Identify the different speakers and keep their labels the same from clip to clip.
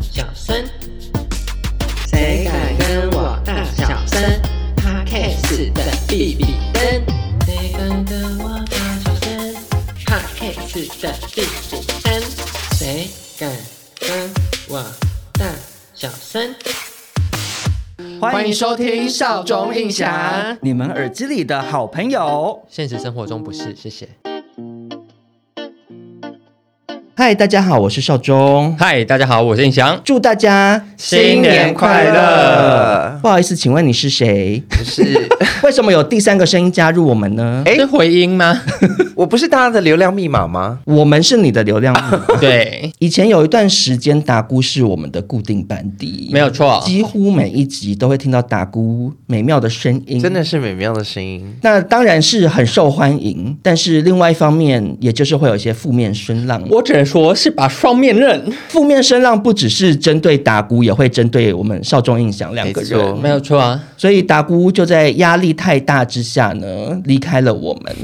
Speaker 1: 小声？谁敢跟我大小声 p o d c 的比比登，谁敢跟我大小声 p o d c 的比比登，谁敢跟我大小声？
Speaker 2: 欢迎收听《
Speaker 1: 少中印象
Speaker 2: 你们耳机里的好朋友。
Speaker 1: 现实生活中不是，谢谢。
Speaker 2: 嗨，大家好，我是少中，
Speaker 3: 嗨，大家好，我是印翔，
Speaker 2: 祝大家
Speaker 3: 新年快乐！
Speaker 2: 不好意思，请问你是谁？
Speaker 4: 不是，
Speaker 2: 为什么有第三个声音加入我们 呢？
Speaker 4: 哎
Speaker 3: 是回音吗？
Speaker 4: 我不是大家的流量密码吗？
Speaker 2: 我们是你的流量密码。
Speaker 3: 对，
Speaker 2: 以前有一段时间，达姑是我们的固定班底，
Speaker 3: 没有错。
Speaker 2: 几乎每一集都会听到达姑美妙的声音，
Speaker 4: 真的。是美妙的声音。
Speaker 2: 那当然是很受欢迎，但是另外一方面，也就是会有一些负面声浪。
Speaker 3: 我只能说是把双面刃，
Speaker 2: 负面声浪不只是针对达姑，也会针对我们少中印象两个
Speaker 4: 没错
Speaker 2: 人。
Speaker 3: 没有错啊，
Speaker 2: 所以达姑就在压力太大之下呢，离开了我 们。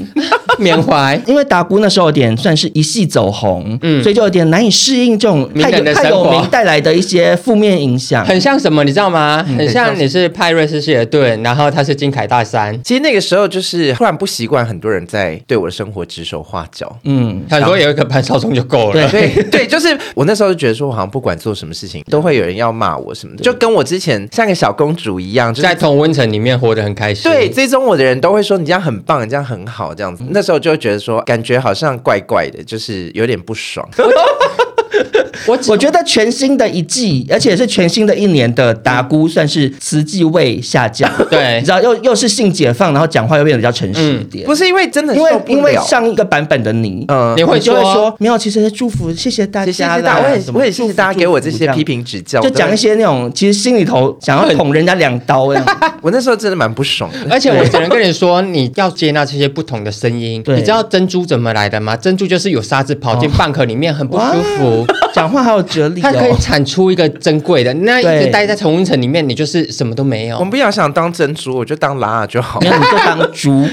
Speaker 3: 缅怀。
Speaker 2: 因为达姑那时候有点算是一系走红，所以就有点难以适应这种
Speaker 3: 名
Speaker 2: 太
Speaker 3: 人
Speaker 2: 有
Speaker 3: 嗯的
Speaker 2: 太
Speaker 3: 生
Speaker 2: 有
Speaker 3: 活
Speaker 2: 名带来的一些负面影响。
Speaker 3: 很像什么，你知道吗？嗯很像
Speaker 4: 很像
Speaker 3: 你是派瑞斯希尔顿，然后他是金凯大山，
Speaker 4: 其实那个时候就是突然不习惯，很多人在对我的生活指手画 脚。
Speaker 2: 嗯，
Speaker 3: 很多有一个潘少忠就够了。
Speaker 4: 对对，就是我那时候就觉得说，我好像不管做什么事情，都会有人要骂我什么的，就跟我之前像个小公主一样，就是
Speaker 3: 在同温层里面活得很开心。
Speaker 4: 对，追踪我的人都会说你这样很棒，你这样很好，这样子。那时候就会觉得说，感觉好像怪怪的，就是有点 不爽。
Speaker 3: 我只
Speaker 2: 我觉得全新的一季，而且是全新的一年的达姑，算是词际位下降。
Speaker 3: 对
Speaker 2: 你知道，又又是性解放，然后讲话又变得比较诚实一点。
Speaker 4: 不是因为真的
Speaker 2: 因为
Speaker 4: 受不
Speaker 2: 因为
Speaker 4: 了
Speaker 2: 上一个版本的你，
Speaker 4: 嗯
Speaker 3: 你会
Speaker 2: 你就会
Speaker 3: 说
Speaker 2: 说没有，其实是祝福，谢谢大
Speaker 4: 谢谢
Speaker 2: 家
Speaker 4: 大
Speaker 2: 啦
Speaker 4: 家，我也
Speaker 2: 什么
Speaker 4: 我也谢
Speaker 2: 祝
Speaker 4: 谢
Speaker 2: 福
Speaker 4: 大家给我这
Speaker 2: 祝
Speaker 4: 些
Speaker 2: 福
Speaker 4: 批评指教，
Speaker 2: 就讲一些那种其实心里头想要捅人家两刀那样。
Speaker 4: 我那时候真的蛮不爽的。
Speaker 3: 而且我只能跟你说，你要接纳这些不同的声音。
Speaker 2: 对
Speaker 3: 你知道珍珠怎么来的吗？珍珠就是有沙子跑进蚌壳里面，很不舒服。
Speaker 2: 讲话好有哲理
Speaker 3: 它可以
Speaker 2: 哦。
Speaker 3: 产出一个珍贵 的，那一
Speaker 2: 对
Speaker 3: 直待在同温层里面，你就是什么都
Speaker 2: 哦
Speaker 3: 没
Speaker 4: 我
Speaker 3: 有。
Speaker 4: 不要想当珍珠，我就当拉拉就好
Speaker 2: 没。 有你就当猪，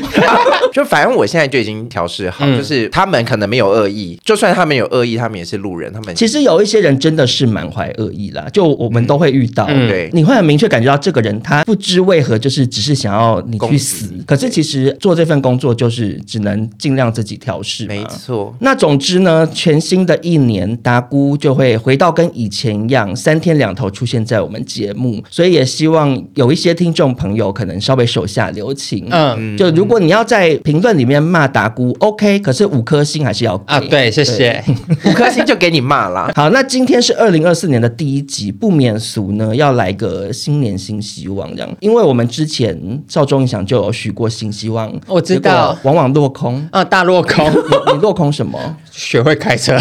Speaker 4: 就反正我现在就已经调试好，
Speaker 3: 嗯
Speaker 4: 就是他们可能没有恶意，就算他们有恶意，他们也是路人，他们
Speaker 2: 其实有一些人真的是满怀恶意啦，就我们都会遇到，
Speaker 3: 嗯
Speaker 4: 对
Speaker 2: 你会很明确感觉到这个人他不知为何就是只是想要你去死
Speaker 4: 攻击，
Speaker 2: 可是其实做这份工作就是只能尽量自己调试嘛
Speaker 4: 没错。
Speaker 2: 那总之呢，全新的一年，达姑就会回到跟以前一样，三天两头出现在我们节目，所以也希望有一些听众朋友可能稍微手下留情。
Speaker 3: 嗯
Speaker 2: 就如果你要在评论里面骂达姑，OK，可是五颗星还是要给。
Speaker 3: 啊，对，谢谢。
Speaker 4: 五颗星就给你骂啦
Speaker 2: 好，那今天是二零二四年的第一集，不免俗呢，要来个新年新希望这样，因为我们之前少中影响就有许过新希望，
Speaker 3: 我知道
Speaker 2: 结果往往落空。
Speaker 3: 啊，大落空，
Speaker 2: 你你落空什么？
Speaker 3: 学会 开车。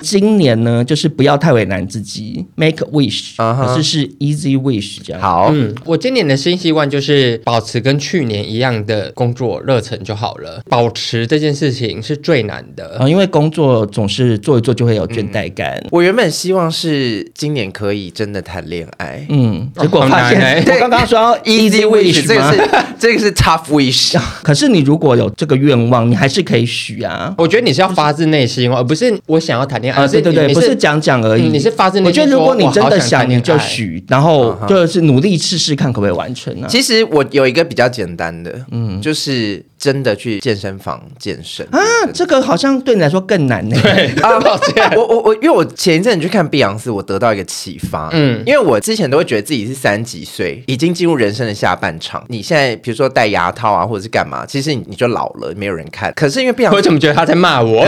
Speaker 2: 今年呢，就是不要太为难自己，make a wish，、
Speaker 4: 啊哈
Speaker 2: 可是是 easy wish 这样。，
Speaker 4: 好，
Speaker 3: 嗯，我今年的新希望就是保持跟去年一样的工作热忱就好了。保持这件事情是最难的。
Speaker 2: 啊，因为工作总是做一做就会有倦怠感，
Speaker 4: 我原本希望是今年可以真的谈恋爱。
Speaker 2: 嗯，结果
Speaker 3: 好
Speaker 2: 发
Speaker 3: 难
Speaker 2: 现、
Speaker 3: 欸
Speaker 2: 我刚刚说 要 easy wish
Speaker 4: 这个
Speaker 2: 吗嗯
Speaker 4: 是 这个是 tough wish，
Speaker 2: 可是你如果有这个愿望，你还是可以许啊。
Speaker 3: 我觉得你是要发自内心哦，而不是我想要谈恋爱。
Speaker 2: 啊，
Speaker 3: 而
Speaker 2: 对对对，
Speaker 3: 你
Speaker 2: 不是讲讲而已，
Speaker 3: 嗯你是发自内
Speaker 2: 我
Speaker 3: 心
Speaker 2: 觉得如果你
Speaker 3: 说
Speaker 2: 真
Speaker 3: 我好
Speaker 2: 的
Speaker 3: 想谈
Speaker 2: 你
Speaker 3: 恋
Speaker 2: 就
Speaker 3: 爱嗯
Speaker 2: 许，然后就是努力试试看可不可以完成啊。
Speaker 4: 其实我有一个比较简单的，嗯，就是真的去健身房健身。
Speaker 2: 啊，这个好像对你来说更难呢、
Speaker 4: 啊，抱歉，我我我，因为我前一阵去看碧昂斯，我得到一个启发，
Speaker 3: 嗯
Speaker 4: 嗯，因为我之前都会觉得自己是三十几岁，已经进入人生的下半场。你现在比如说戴牙套啊，或者是干嘛，其实你你就老了，没有人看。可是因为碧昂
Speaker 3: 我
Speaker 4: 斯，
Speaker 3: 怎么觉得他在骂我？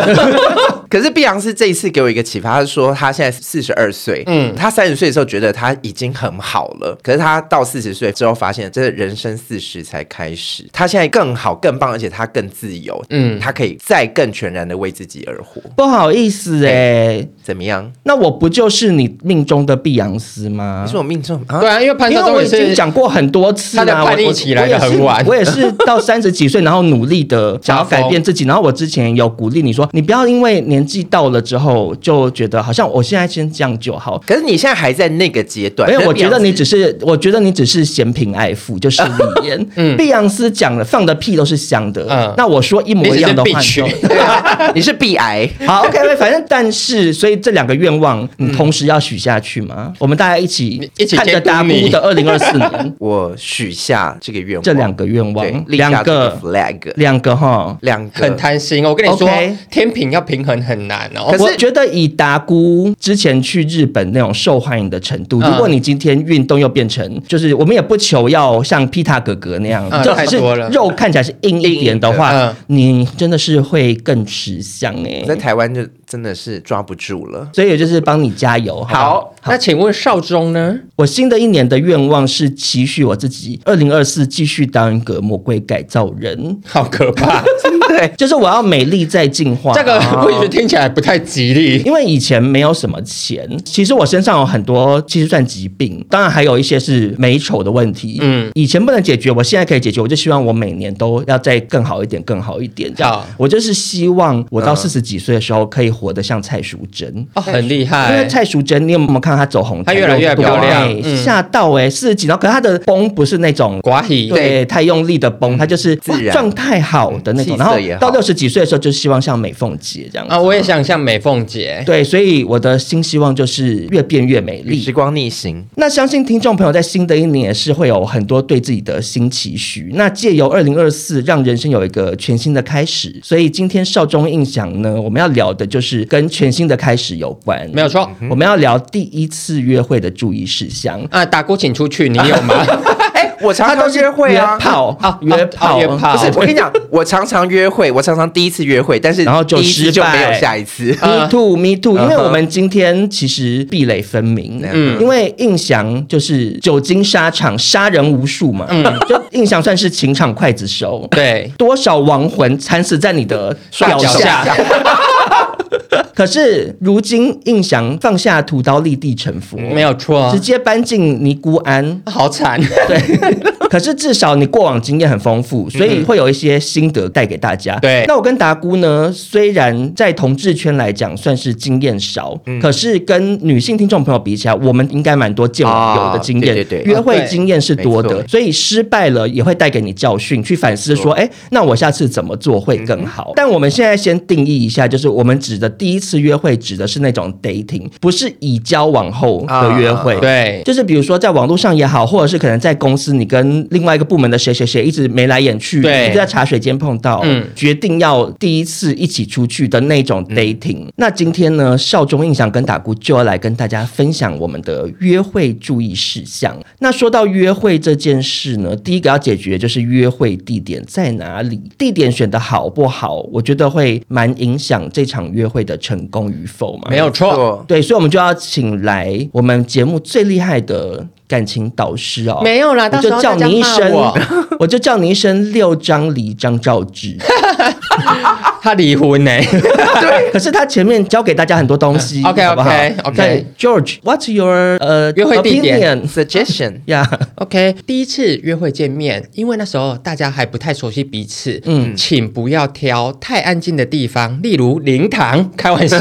Speaker 4: 可是碧昂斯这一次给我一个启发，他说他现在四十二岁，嗯，他三十岁的时候觉得他已经很好了，可是他到四十岁之后发现，真的人生四十才开始，他现在更好、更棒，而且他更自由，嗯，他可以再更全然的为自己而活，
Speaker 2: 不好意思哎、
Speaker 4: 怎么样？
Speaker 2: 那我不就是你命中的碧昂斯吗？
Speaker 4: 你说我命中啊
Speaker 3: 对？啊，因为潘
Speaker 2: 因
Speaker 3: 少
Speaker 2: 为我
Speaker 3: 忠
Speaker 2: 已
Speaker 3: 也
Speaker 2: 经
Speaker 3: 是
Speaker 2: 讲过很多次
Speaker 3: 他的
Speaker 2: 啦，我
Speaker 3: 叛逆期来得很晚
Speaker 2: 我我也是，我也是 到三十几岁，然后努力的想要改变自己。然后我之前有鼓励你说，你不要因为年纪到了之后就觉得好像我现在先这样就好。
Speaker 4: 可是你现在还在那个阶段，
Speaker 2: 没有，
Speaker 4: 那
Speaker 2: 我
Speaker 4: 碧
Speaker 2: 觉
Speaker 4: 昂
Speaker 2: 得你
Speaker 4: 斯
Speaker 2: 只是，我觉得你只是嫌贫爱富，就是 语言。碧昂斯讲了，放的屁都是香的。
Speaker 3: 嗯
Speaker 2: 那我说一模一样的话，
Speaker 3: 你
Speaker 2: 你
Speaker 3: 只是
Speaker 2: 就
Speaker 3: bitch
Speaker 4: 对啊， 你是碧癌。
Speaker 2: 好 OK。反正但是，所以这两个愿望，你同时要许下去吗？我们大家一起
Speaker 3: 嗯一起
Speaker 2: 看着
Speaker 3: 监督
Speaker 2: 大姑
Speaker 3: 你
Speaker 2: 的二零二四年
Speaker 4: 我许下这个愿望，
Speaker 2: 这两个愿
Speaker 4: 对
Speaker 2: 望，
Speaker 4: 立下
Speaker 2: 两
Speaker 4: 这
Speaker 2: 个
Speaker 4: flag，
Speaker 2: 两个哈。
Speaker 4: 两个
Speaker 3: 很贪心哦。我跟你说
Speaker 2: OK，
Speaker 3: 天平要平衡很难哦
Speaker 2: 可。
Speaker 4: 是
Speaker 2: 我觉得以达姑之前去日本那种受欢迎的程度，
Speaker 3: 嗯
Speaker 2: 如果你今天运动又变成，就是我们也不求要像皮塔哥哥那样，
Speaker 3: 嗯
Speaker 2: 就
Speaker 3: 太
Speaker 2: 还是
Speaker 3: 多了
Speaker 2: 肉看起来是硬一点的话，
Speaker 3: 硬的嗯
Speaker 2: 你真的是会更吃香哎、
Speaker 4: 在台湾就真的是抓不住了。
Speaker 2: 所以也就是帮你加油，好不好
Speaker 4: 好，
Speaker 3: 那请问少忠呢？
Speaker 2: 我新的一年的愿望是期许我自己，二零二四继续当一个魔鬼改造人，
Speaker 3: 好可怕，
Speaker 4: 对，
Speaker 2: 就是我要美丽再进化。
Speaker 3: 哎这个我觉得听起来不太吉利。
Speaker 2: 因为以前没有什么钱，其实我身上有很多其实算疾病，当然还有一些是美丑的问题。嗯，以前不能解决，我现在可以解决，我就希望我每年都要再更好一点，更好一点。这样
Speaker 3: 好，嗯
Speaker 2: 我就是希望我到四十几岁的时候可以活得像蔡淑珍。
Speaker 3: 哦，很厉
Speaker 2: 因为
Speaker 3: 害，
Speaker 2: 蔡淑珍，你有没有看到她走红
Speaker 3: 她
Speaker 2: 毯？
Speaker 3: 越来越漂亮
Speaker 2: 对
Speaker 3: 嗯
Speaker 2: 吓到哎、欸，四十几，然后可是她的崩不是那种
Speaker 3: 寡喜
Speaker 2: 对，太用力的崩，他就是
Speaker 4: 自然
Speaker 2: 哇状态好的那种。
Speaker 4: 气色
Speaker 2: 然后
Speaker 4: 也好
Speaker 2: 到六十几岁的时候，就希望像美凤姐这样子。
Speaker 3: 啊，我也想像美凤姐。
Speaker 2: 对，所以我的新希望就是越变越美
Speaker 4: 与时
Speaker 2: 丽。
Speaker 4: 光逆行，
Speaker 2: 那相信听众朋友在新的一年也是会有很多对自己的新期许。那借由二零二四，让人生有一个全新的开始。所以今天少中印象呢，我们要聊的就是跟全新的开始有关。嗯
Speaker 3: 没有错。
Speaker 2: 我们要聊第一次约会的注意事项。
Speaker 3: 啊，打鼓请出去，你有吗？
Speaker 4: 哎，我常常约会
Speaker 2: 约
Speaker 4: 啊。
Speaker 2: 炮
Speaker 3: 啊
Speaker 2: 约
Speaker 3: 啊
Speaker 2: 炮，
Speaker 3: 约炮
Speaker 4: 不是，我跟你 讲，我常常约会，我常常第一次约会，但是
Speaker 2: 然后就
Speaker 4: 第一次
Speaker 2: 失
Speaker 4: 就
Speaker 2: 败啊
Speaker 4: 没有下一次。
Speaker 3: Uh-huh.
Speaker 2: Me too, me too，、因为
Speaker 4: 嗯哼
Speaker 2: 我们今天其实壁垒分明，啊
Speaker 4: 嗯
Speaker 2: 因为印翔就是久经沙场，杀人无数嘛，
Speaker 3: 嗯
Speaker 2: 就印翔算是情场刽子手，
Speaker 3: 对，
Speaker 2: 多少亡魂惨死在你的
Speaker 3: 大
Speaker 2: 脚
Speaker 3: 脚
Speaker 2: 下。
Speaker 3: 下，
Speaker 2: 可是如今印翔放下屠刀立地成佛，
Speaker 3: 没有啊错
Speaker 2: 直，接搬进尼姑庵。
Speaker 3: 好惨。
Speaker 2: 对，可是至少你过往经验很丰
Speaker 4: 嗯
Speaker 2: 富，所以会有一些心得带给大家。
Speaker 3: 对
Speaker 2: 那我跟达姑呢，虽然在同志圈来讲算是经验少，
Speaker 4: 嗯
Speaker 2: 可是跟女性听众朋友比起来，我们应该蛮多见网友的经验，
Speaker 4: 啊对对对
Speaker 2: 约会经验是多
Speaker 4: 啊
Speaker 2: 的，
Speaker 4: 对
Speaker 2: 所以失败了也会带给你教训，去反思说，
Speaker 4: 嗯
Speaker 2: 哎，那我下次怎么做会更好？但我们现在先定义一下，就是我们指的第一次约会指的是那种 dating，不是以交往后的约会。
Speaker 4: 啊
Speaker 3: 对，
Speaker 2: 就是比如说在网络上也好，或者是可能在公司你跟另外一个部门的谁谁谁一直眉来眼去，
Speaker 3: 对
Speaker 2: 你就在茶水间碰到，
Speaker 3: 嗯
Speaker 2: 决定要第一次一起出去的那种 dating。那今天呢，少中印象跟打姑就要来跟大家分享我们的约会注意事项。那说到约会这件事呢，第一个要解决就是约会地点在哪里，地点选的好不好，我觉得会蛮影响这场约会的成功与否嘛。
Speaker 3: 没有错。
Speaker 4: 错，
Speaker 2: 对，所以我们就要请来我们节目最厉害的感情导师哦。
Speaker 3: 没有啦，
Speaker 2: 我
Speaker 3: 到时
Speaker 2: 就
Speaker 3: 候
Speaker 2: 叫
Speaker 3: 大家
Speaker 2: 你一
Speaker 3: 骂
Speaker 2: 声
Speaker 3: 我，
Speaker 2: 我就叫你一声六张离张兆 志。
Speaker 3: 他离婚呢。
Speaker 2: 可是他前面教给大家很多东西
Speaker 3: OK，OK，
Speaker 2: 好不好
Speaker 3: OK
Speaker 2: 对，George，What's your 呃
Speaker 3: 约会地点
Speaker 2: opinion？
Speaker 4: suggestion
Speaker 2: 呀
Speaker 3: OK，第一次约会见面，因为那时候大家还不太熟悉彼此，嗯，请不要挑太安静的地方，例如灵堂，开玩笑，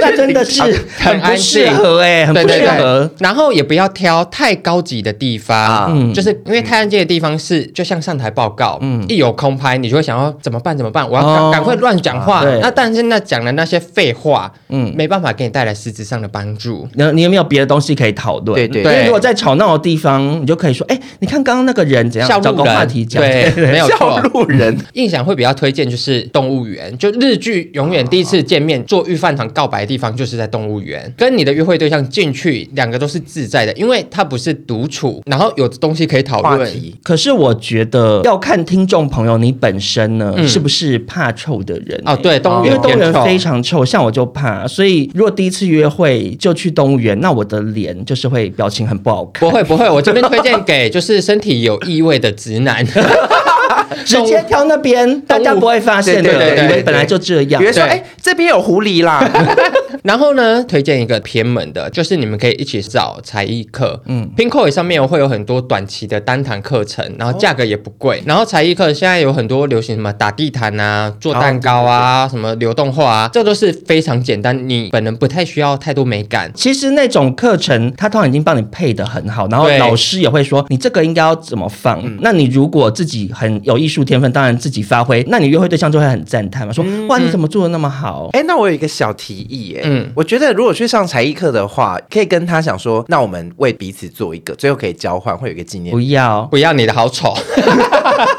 Speaker 2: 那真的是 很不
Speaker 3: 安
Speaker 2: 适
Speaker 3: 静
Speaker 2: 合哎、很
Speaker 3: 对
Speaker 2: 不
Speaker 3: 对
Speaker 2: 适
Speaker 3: 对
Speaker 2: 合。，
Speaker 3: 然后也不要挑太高级的地
Speaker 4: 啊
Speaker 3: 方，嗯，就是因为太安静的地方是就像上台报告，嗯，一有空拍，你就会想要怎么办怎么办，我要赶、
Speaker 2: 哦
Speaker 3: 赶快乱讲话，
Speaker 2: 对
Speaker 3: 那但是那讲的那些废话，嗯，没办法给你带来实质上的帮助。
Speaker 2: 那你有没有别的东西可以讨论？
Speaker 4: 对对
Speaker 2: 因为
Speaker 3: 对
Speaker 2: 如果在吵闹的地方，你就可以说，哎、你看刚刚那个人怎样，
Speaker 3: 笑
Speaker 2: 找
Speaker 3: 路
Speaker 2: 个话
Speaker 3: 人，
Speaker 2: 题讲。
Speaker 3: 对，没有
Speaker 4: 笑
Speaker 3: 错。
Speaker 4: 路人，
Speaker 3: 印象会比较推荐就是动物园，就日剧永远第一次见面做御饭堂告白的地方就是在动物园，跟你的约会对象进去，两个都是自在的，因为它不是独处，然后有东西可以讨
Speaker 4: 话
Speaker 3: 论。
Speaker 4: 题
Speaker 2: 可是我觉得要看听众朋友你本身呢、
Speaker 3: 嗯
Speaker 2: 是不是怕怕臭的人、
Speaker 4: 啊
Speaker 3: 哦，对，动物
Speaker 2: 因为
Speaker 3: 园
Speaker 2: 动物园
Speaker 3: 变臭
Speaker 2: 非常臭，像我就怕，所以如果第一次约会就去动物园，那我的脸就是会表情很不好看，
Speaker 3: 不会不会，我这边推荐给就是身体有异味的 直男。
Speaker 2: 直接挑那边大家不会发现的，
Speaker 4: 对对对对
Speaker 2: 以为本来就这样
Speaker 4: 比如。说，
Speaker 3: 对
Speaker 4: 哎、这边有狐狸啦，
Speaker 3: 然后呢，推荐一个偏门的，就是你们可以一起找才艺课。嗯，Pinko 上面会有很多短期的单堂课程，然
Speaker 2: 哦
Speaker 3: 后价格也不贵。然后才艺课现在有很多流行什么打地毯啊、做蛋糕
Speaker 2: 哦
Speaker 3: 啊、什么流动画啊，这都是非常简单，你本人不太需要太多美感。
Speaker 2: 其实那种课程，他通常已经帮你配的很好，然后
Speaker 3: 对
Speaker 2: 老师也会说你这个应该要怎么放。
Speaker 4: 嗯
Speaker 2: 那你如果自己很有艺术天分，当然自己发挥，那你约会对象就会很赞叹嘛，说、哇你怎么做的那么好？
Speaker 4: 哎、那我有一个小提议、哎，
Speaker 3: 嗯
Speaker 4: 嗯，我觉得如果去上才艺课的话，可以跟他想说，那我们为彼此做一个，最后可以交换，会有一个纪念
Speaker 2: 不。要，
Speaker 3: 不要你的好丑，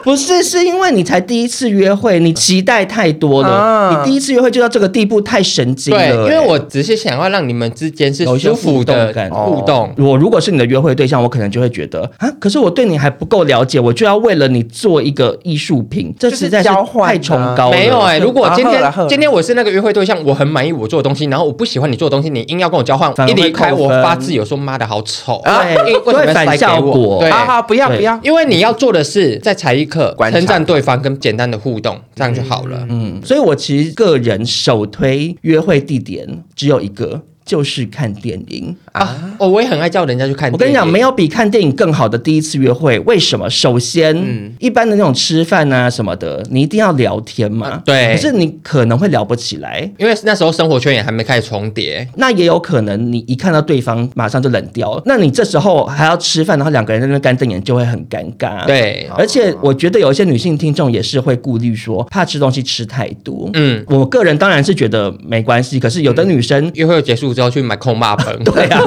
Speaker 2: 不是，是因为你才第一次约会，你期待太多了。
Speaker 4: 啊
Speaker 2: 你第一次约会就到这个地步，太神经了、
Speaker 3: 对，因为
Speaker 2: 欸
Speaker 3: 我只是想要让你们之间是
Speaker 2: 有一些
Speaker 3: 舒服的
Speaker 2: 互动感哦
Speaker 3: 互动。
Speaker 2: 我如果是你的约会对象，我可能就会觉得啊，可是我对你还不够了解，我就要为了你做一个艺术品，这
Speaker 4: 就是
Speaker 2: 实在是
Speaker 4: 交换啊
Speaker 2: 太崇高了。
Speaker 3: 没有哎、如果今
Speaker 4: 啊
Speaker 3: 天
Speaker 4: 呵啦呵啦
Speaker 3: 今天我是那个约会对象，我很满意我做的东西，然后我不喜欢你做的东西，你硬要跟我交换
Speaker 2: 反，而
Speaker 3: 一
Speaker 2: 会
Speaker 3: 离开
Speaker 2: 扣分
Speaker 3: 我发自由说妈的好丑，
Speaker 2: 啊
Speaker 3: 因为为什么
Speaker 2: 会
Speaker 3: 要塞
Speaker 2: 反
Speaker 3: 给
Speaker 2: 效
Speaker 3: 我？
Speaker 2: 果
Speaker 3: 对，
Speaker 4: 啊啊，不要
Speaker 2: 对
Speaker 4: 不要，
Speaker 3: 因为你要做的是在才艺课
Speaker 4: 观察
Speaker 3: 称赞对方跟简单的互动，这样就好了。
Speaker 2: 嗯，所以我其实个人首推约会地点只有一个。就是看电影，
Speaker 3: 啊，哦，我也很爱叫人家去看电影。
Speaker 2: 我跟你讲，没有比看电影更好的第一次约会。为什么？首先，
Speaker 3: 嗯
Speaker 2: 一般的那种吃饭啊什么的，你一定要聊天嘛。
Speaker 3: 啊对
Speaker 2: 可是你可能会聊不起来，
Speaker 3: 因为那时候生活圈也还没开始重叠，
Speaker 2: 那也有可能你一看到对方马上就冷掉了，那你这时候还要吃饭，然后两个人在那边干瞪眼，就会很尴尬。。
Speaker 3: 对，
Speaker 2: 而且我觉得有一些女性听众也是会顾虑说，怕吃东西吃太多。
Speaker 3: 嗯，
Speaker 2: 我个人当然是觉得没关系，可是有的女生，
Speaker 3: 约会结束之后去买空骂盆，
Speaker 2: 对啊，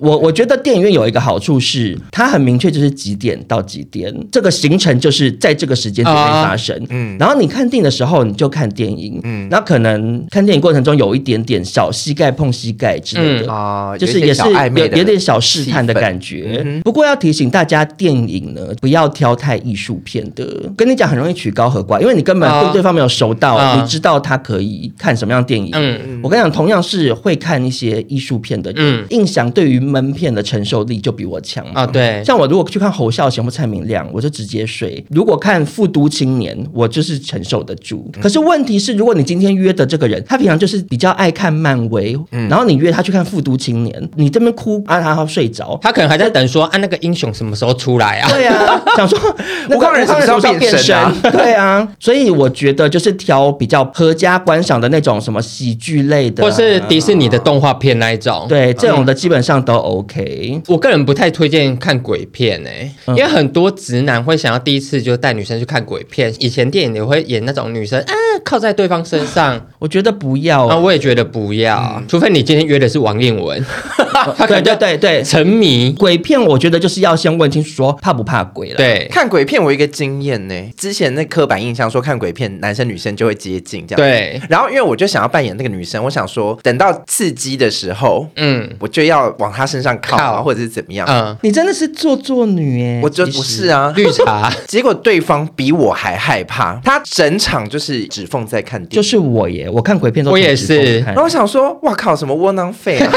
Speaker 2: 我我觉得电影院有一个好处是，它很明确就是几点到几点，这个行程就是在这个时间点内
Speaker 3: 啊
Speaker 2: 发生。嗯，然后你看电影的时候你就看电影，嗯，然后可能看电影过程中有一点点小膝盖碰膝盖之类的。
Speaker 3: 嗯
Speaker 4: 啊
Speaker 2: 就是
Speaker 4: 有一
Speaker 2: 也
Speaker 4: 些
Speaker 2: 是
Speaker 4: 小
Speaker 2: 有
Speaker 4: 暧昧的
Speaker 2: 有点小试探的
Speaker 4: 气氛嗯
Speaker 2: 感觉。不过要提醒大家，电影呢不要挑太艺术片的。跟你讲，很容易取高和寡，因为你根本
Speaker 3: 啊
Speaker 2: 对对方没有熟到，
Speaker 3: 啊
Speaker 2: 你知道他可以看什么样的电影。
Speaker 3: 嗯
Speaker 2: 我跟你讲，同样是会看一些艺术片的人，
Speaker 3: 嗯
Speaker 2: 印象对于闷片的承受力就比我强嘛
Speaker 3: 啊，对，
Speaker 2: 像我如果去看侯孝贤或蔡明亮，我就直接睡；如果看《复读青年》，我就是承受得住。
Speaker 3: 嗯
Speaker 2: 可是问题是，如果你今天约的这个人，他平常就是比较爱看漫威，
Speaker 3: 嗯
Speaker 2: 然后你约他去看《复读青年》，你这边哭啊，他要睡 着。
Speaker 3: 他可能还在等说啊那个英雄什么时候出来啊？
Speaker 2: 对啊，想 说那个
Speaker 4: 吴康仁什么时候变
Speaker 2: 变
Speaker 4: 身啊
Speaker 2: 身对啊，所以我觉得就是挑比较合家观赏的那种什么喜剧类的啊，
Speaker 3: 或是迪嗯士尼的动画片那一种。，
Speaker 2: 对这种的基本上都 OK。
Speaker 3: 我个人不太推荐看鬼片诶、因为很多直男会想要第一次就带女生去看鬼片。以前电影也会演那种女生啊靠在对方身上，啊
Speaker 2: 我觉得不要
Speaker 3: 那我也觉得不要，除非你今天约的是王彦文，他可
Speaker 2: 对
Speaker 3: 能
Speaker 2: 对
Speaker 3: 就
Speaker 2: 对对，
Speaker 3: 沉迷。
Speaker 2: 鬼片我觉得就是要先问清楚说怕不怕鬼了。，
Speaker 3: 对
Speaker 4: 看鬼片，我有一个经验呢、之前那刻板印象说看鬼片，男生女生就会接近这样。。
Speaker 3: 对，
Speaker 4: 然后因为我就想要扮演那个女生，我想说等到刺激的时候，
Speaker 3: 嗯
Speaker 4: 我就要往她身上靠啊，
Speaker 3: 靠
Speaker 4: 或者是怎么样。
Speaker 3: 嗯，
Speaker 2: 你真的是做作女哎、
Speaker 4: 我就
Speaker 2: 其实
Speaker 4: 不是。啊。
Speaker 3: 绿茶
Speaker 4: 结果对方比我还害怕，他整场就是指缝在看电
Speaker 2: 就
Speaker 4: 影。
Speaker 2: 是我耶，我看鬼片都
Speaker 3: 我也
Speaker 2: 同时
Speaker 3: 是
Speaker 2: 偷看
Speaker 4: 然后我想说，哇靠，什么窝囊 废啊！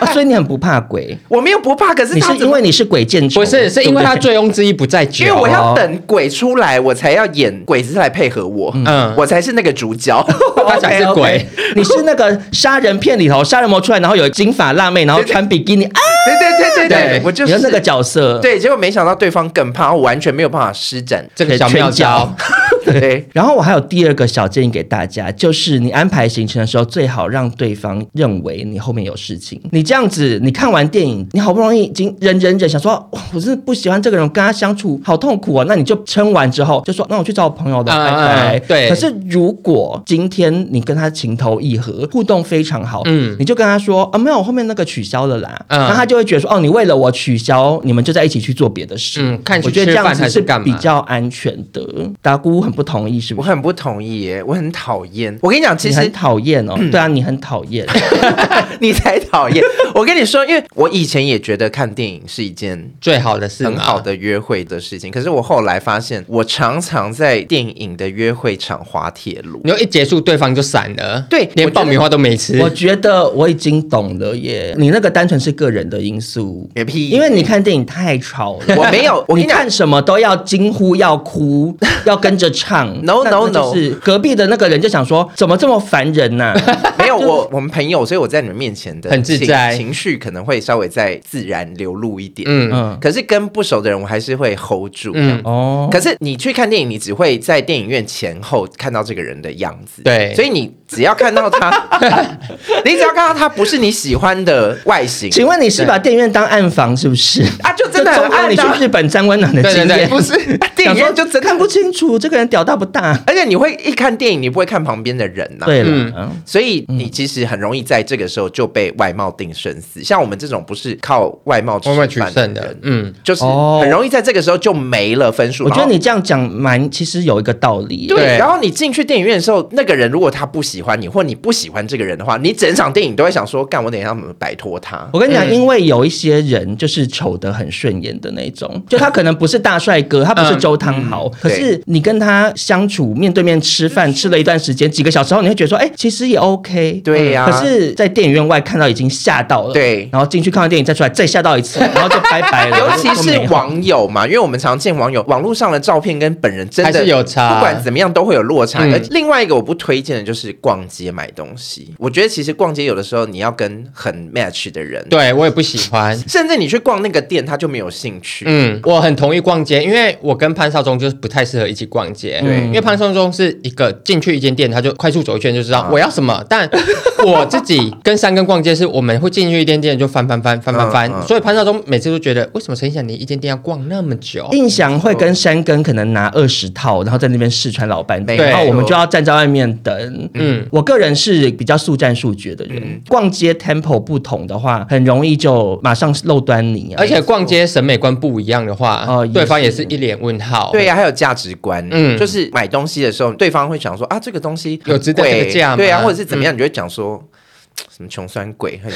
Speaker 2: 啊所以你很不怕鬼，
Speaker 4: 我没有不怕，可 是
Speaker 2: 你
Speaker 4: 他
Speaker 2: 是
Speaker 4: 怎
Speaker 2: 因
Speaker 4: 么
Speaker 2: 为你是鬼见愁，
Speaker 3: 不是，是因为他
Speaker 2: 对不对
Speaker 3: 醉翁之意不在
Speaker 4: 因
Speaker 3: 酒，哦
Speaker 4: 为我
Speaker 2: 啊
Speaker 4: 要等鬼出来，我才要演鬼子来配合我，
Speaker 3: 嗯
Speaker 4: 嗯，我才是那个 主角。
Speaker 3: 他才是
Speaker 2: OK，OK
Speaker 3: 鬼。
Speaker 2: 你是那个杀人片里头杀人魔出来，然后有金发辣妹，然后穿比基尼啊，
Speaker 4: 对对对对对，我就
Speaker 2: 你
Speaker 4: 是
Speaker 2: 是那个角色。
Speaker 4: 对，结果没想到对方更怕，我完全没有办法 施展。
Speaker 3: 这个小妙招，
Speaker 4: 对，
Speaker 2: 然后我还有第二个小建议给大家，就是你安排行程的时候，最好让对方认为你后面有事情。你这样子，你看完电影，你好不容易已经忍忍忍，想说哇我真的不喜欢这个人，我跟他相处好痛苦哦。那你就撑完之后，就说那我去找我朋友了，
Speaker 3: 嗯
Speaker 2: 拜
Speaker 3: 嗯
Speaker 2: 拜。
Speaker 3: 嗯对
Speaker 2: 可是如果今天你跟他情投意合，互动非常好，
Speaker 3: 嗯
Speaker 2: 嗯，你就跟他说啊，没有，我后面那个取消了啦。
Speaker 3: 嗯
Speaker 2: 那他就会觉得说哦，你为了我取消，你们就在一起去做别的事。
Speaker 3: 嗯看去
Speaker 2: 我觉得
Speaker 3: 吃
Speaker 2: 这样
Speaker 3: 饭
Speaker 2: 子
Speaker 3: 还是
Speaker 2: 是
Speaker 3: 干嘛
Speaker 2: 比较。比较安全的。达姑很不同意，是不
Speaker 4: 我
Speaker 2: 是？
Speaker 4: 很不同意耶，我很讨厌。我跟你讲，其
Speaker 2: 你
Speaker 4: 实嗯
Speaker 2: 很讨厌哦，对啊，你很讨厌。
Speaker 4: 你才讨厌。我跟你说，因为我以前也觉得看电影是一件
Speaker 3: 最好的是
Speaker 4: 很好的约会的事情，可是我后来发现，我常常在电影的约会场滑铁卢。
Speaker 3: 你就一结束，对方就散了，
Speaker 4: 对
Speaker 3: 连
Speaker 4: 我觉
Speaker 3: 爆
Speaker 4: 得
Speaker 3: 米花都没吃
Speaker 2: 我。觉得我已经懂了耶，你那个单纯是个人的因素，
Speaker 4: 也屁
Speaker 2: 因为你看电影太吵了。
Speaker 4: 我没有，我跟
Speaker 2: 你
Speaker 4: 你讲
Speaker 2: 看，什么都要惊呼，要 哭，要跟着唱。
Speaker 4: No,
Speaker 2: 那
Speaker 4: no,
Speaker 2: 那就是
Speaker 4: no
Speaker 2: 隔壁的那个人就想说，怎么这么烦人呐、
Speaker 4: 没有我我们朋友，所以我在你们面前的
Speaker 3: 很自
Speaker 4: 情
Speaker 3: 在
Speaker 4: 情绪可能会稍微再自然流露一点。
Speaker 3: 嗯
Speaker 2: 嗯，
Speaker 4: 可是跟不熟的人，我还是会 hold 住。
Speaker 3: 嗯，
Speaker 2: 哦，
Speaker 4: 可是你去看电影，你只会在电影院前后看到这个人的样子，
Speaker 3: 对
Speaker 4: 所以你只要看 到他，你只要看到他不是你喜欢的外形，
Speaker 2: 请问你是把电影院当暗房是不是？
Speaker 4: 啊就 真的
Speaker 2: 这
Speaker 4: 很
Speaker 2: 中国
Speaker 4: 暗啊
Speaker 2: 你去日本沾温暖的
Speaker 3: 对
Speaker 2: 经
Speaker 3: 对对
Speaker 2: 验，
Speaker 3: 不
Speaker 4: 不是电
Speaker 2: 想
Speaker 4: 影
Speaker 2: 说
Speaker 4: 院就真
Speaker 2: 看
Speaker 4: 看
Speaker 2: 不
Speaker 4: 不，
Speaker 2: 清楚，这个人屌大不大？
Speaker 4: 而且你会一看电影，你不会看旁边的人啊呐、
Speaker 2: 对了，
Speaker 3: 嗯
Speaker 2: 嗯
Speaker 4: 所以你其实很容易在这个时候就被外貌定生死，像我们这种不是靠外貌吃
Speaker 3: 外
Speaker 4: 饭
Speaker 3: 面取胜的
Speaker 4: 人，，
Speaker 3: 嗯，
Speaker 4: 就是
Speaker 2: 哦
Speaker 4: 很容易在这个时候就没了分数。
Speaker 2: 我觉
Speaker 4: 然
Speaker 2: 得
Speaker 4: 后
Speaker 2: 你这样讲蛮，其实有一个道理耶。
Speaker 4: 对，
Speaker 3: 对
Speaker 4: 然后你进去电影院的时候，那个人如果他不喜欢你，或你不喜欢这个人的话，你整场电影都会想说，干我等一下怎么摆脱他？
Speaker 2: 我跟你讲，
Speaker 3: 嗯
Speaker 2: 因为有一些人就是丑得很顺眼的那种，就他可能不是大帅哥，他不是周汤豪，
Speaker 4: 嗯
Speaker 2: 可是你跟他相处，面对面吃饭，吃了一段时间，几个小时后，你会觉得说，哎、其实也 OK。嗯
Speaker 4: 对呀
Speaker 2: 可是，在电影院外看到已经吓到了，
Speaker 4: 对
Speaker 2: 然后进去看完电影再出来，再吓到一次，然后就拜拜了。
Speaker 4: 尤其
Speaker 2: 就没
Speaker 4: 是
Speaker 2: 有
Speaker 4: 网友嘛，因为我们常见网友，网络上的照片跟本人真的
Speaker 3: 还是有差
Speaker 4: 不管怎么样都会有落差。
Speaker 3: 嗯
Speaker 4: 而另外一个我不推荐的就是逛街买东西，我觉得其实逛街有的时候你要跟很 match 的人，，
Speaker 3: 对我也不喜欢。
Speaker 4: 甚至你去逛那个店他就没有兴趣，
Speaker 3: 嗯，我很同意逛街，因为我跟潘少忠就是不太适合一起逛街。
Speaker 4: 对
Speaker 3: 因为潘少忠是一个进去一间店，他就快速走一圈就知道我要什么。但我自己跟三根逛街是，我们会进去一间店就翻翻翻翻翻翻，
Speaker 4: 嗯嗯
Speaker 3: 所以潘少忠每次都觉得，为什么陈想你一间店要逛那么久？
Speaker 2: 印象会跟山根可能拿二十套，然后在那边试穿老半天，
Speaker 4: 对
Speaker 2: 然后我们就要站在外面等。嗯
Speaker 3: 嗯，
Speaker 2: 我个人是比较速战速决的人，逛街 tempo 不同的话，很容易就马上露端倪啊。
Speaker 3: 而且逛街审美观不一样的话，
Speaker 2: 哦也
Speaker 3: 对方也
Speaker 2: 是
Speaker 3: 是一脸问号。
Speaker 4: 对呀、还有价值观，
Speaker 3: 嗯
Speaker 4: 就是买东西的时候，对方会想说啊，这个东西很
Speaker 3: 有值得这个
Speaker 4: 贵
Speaker 3: 价吗嗯
Speaker 4: 对啊，或者是怎么样，你就会讲说嘖什么穷酸鬼， 很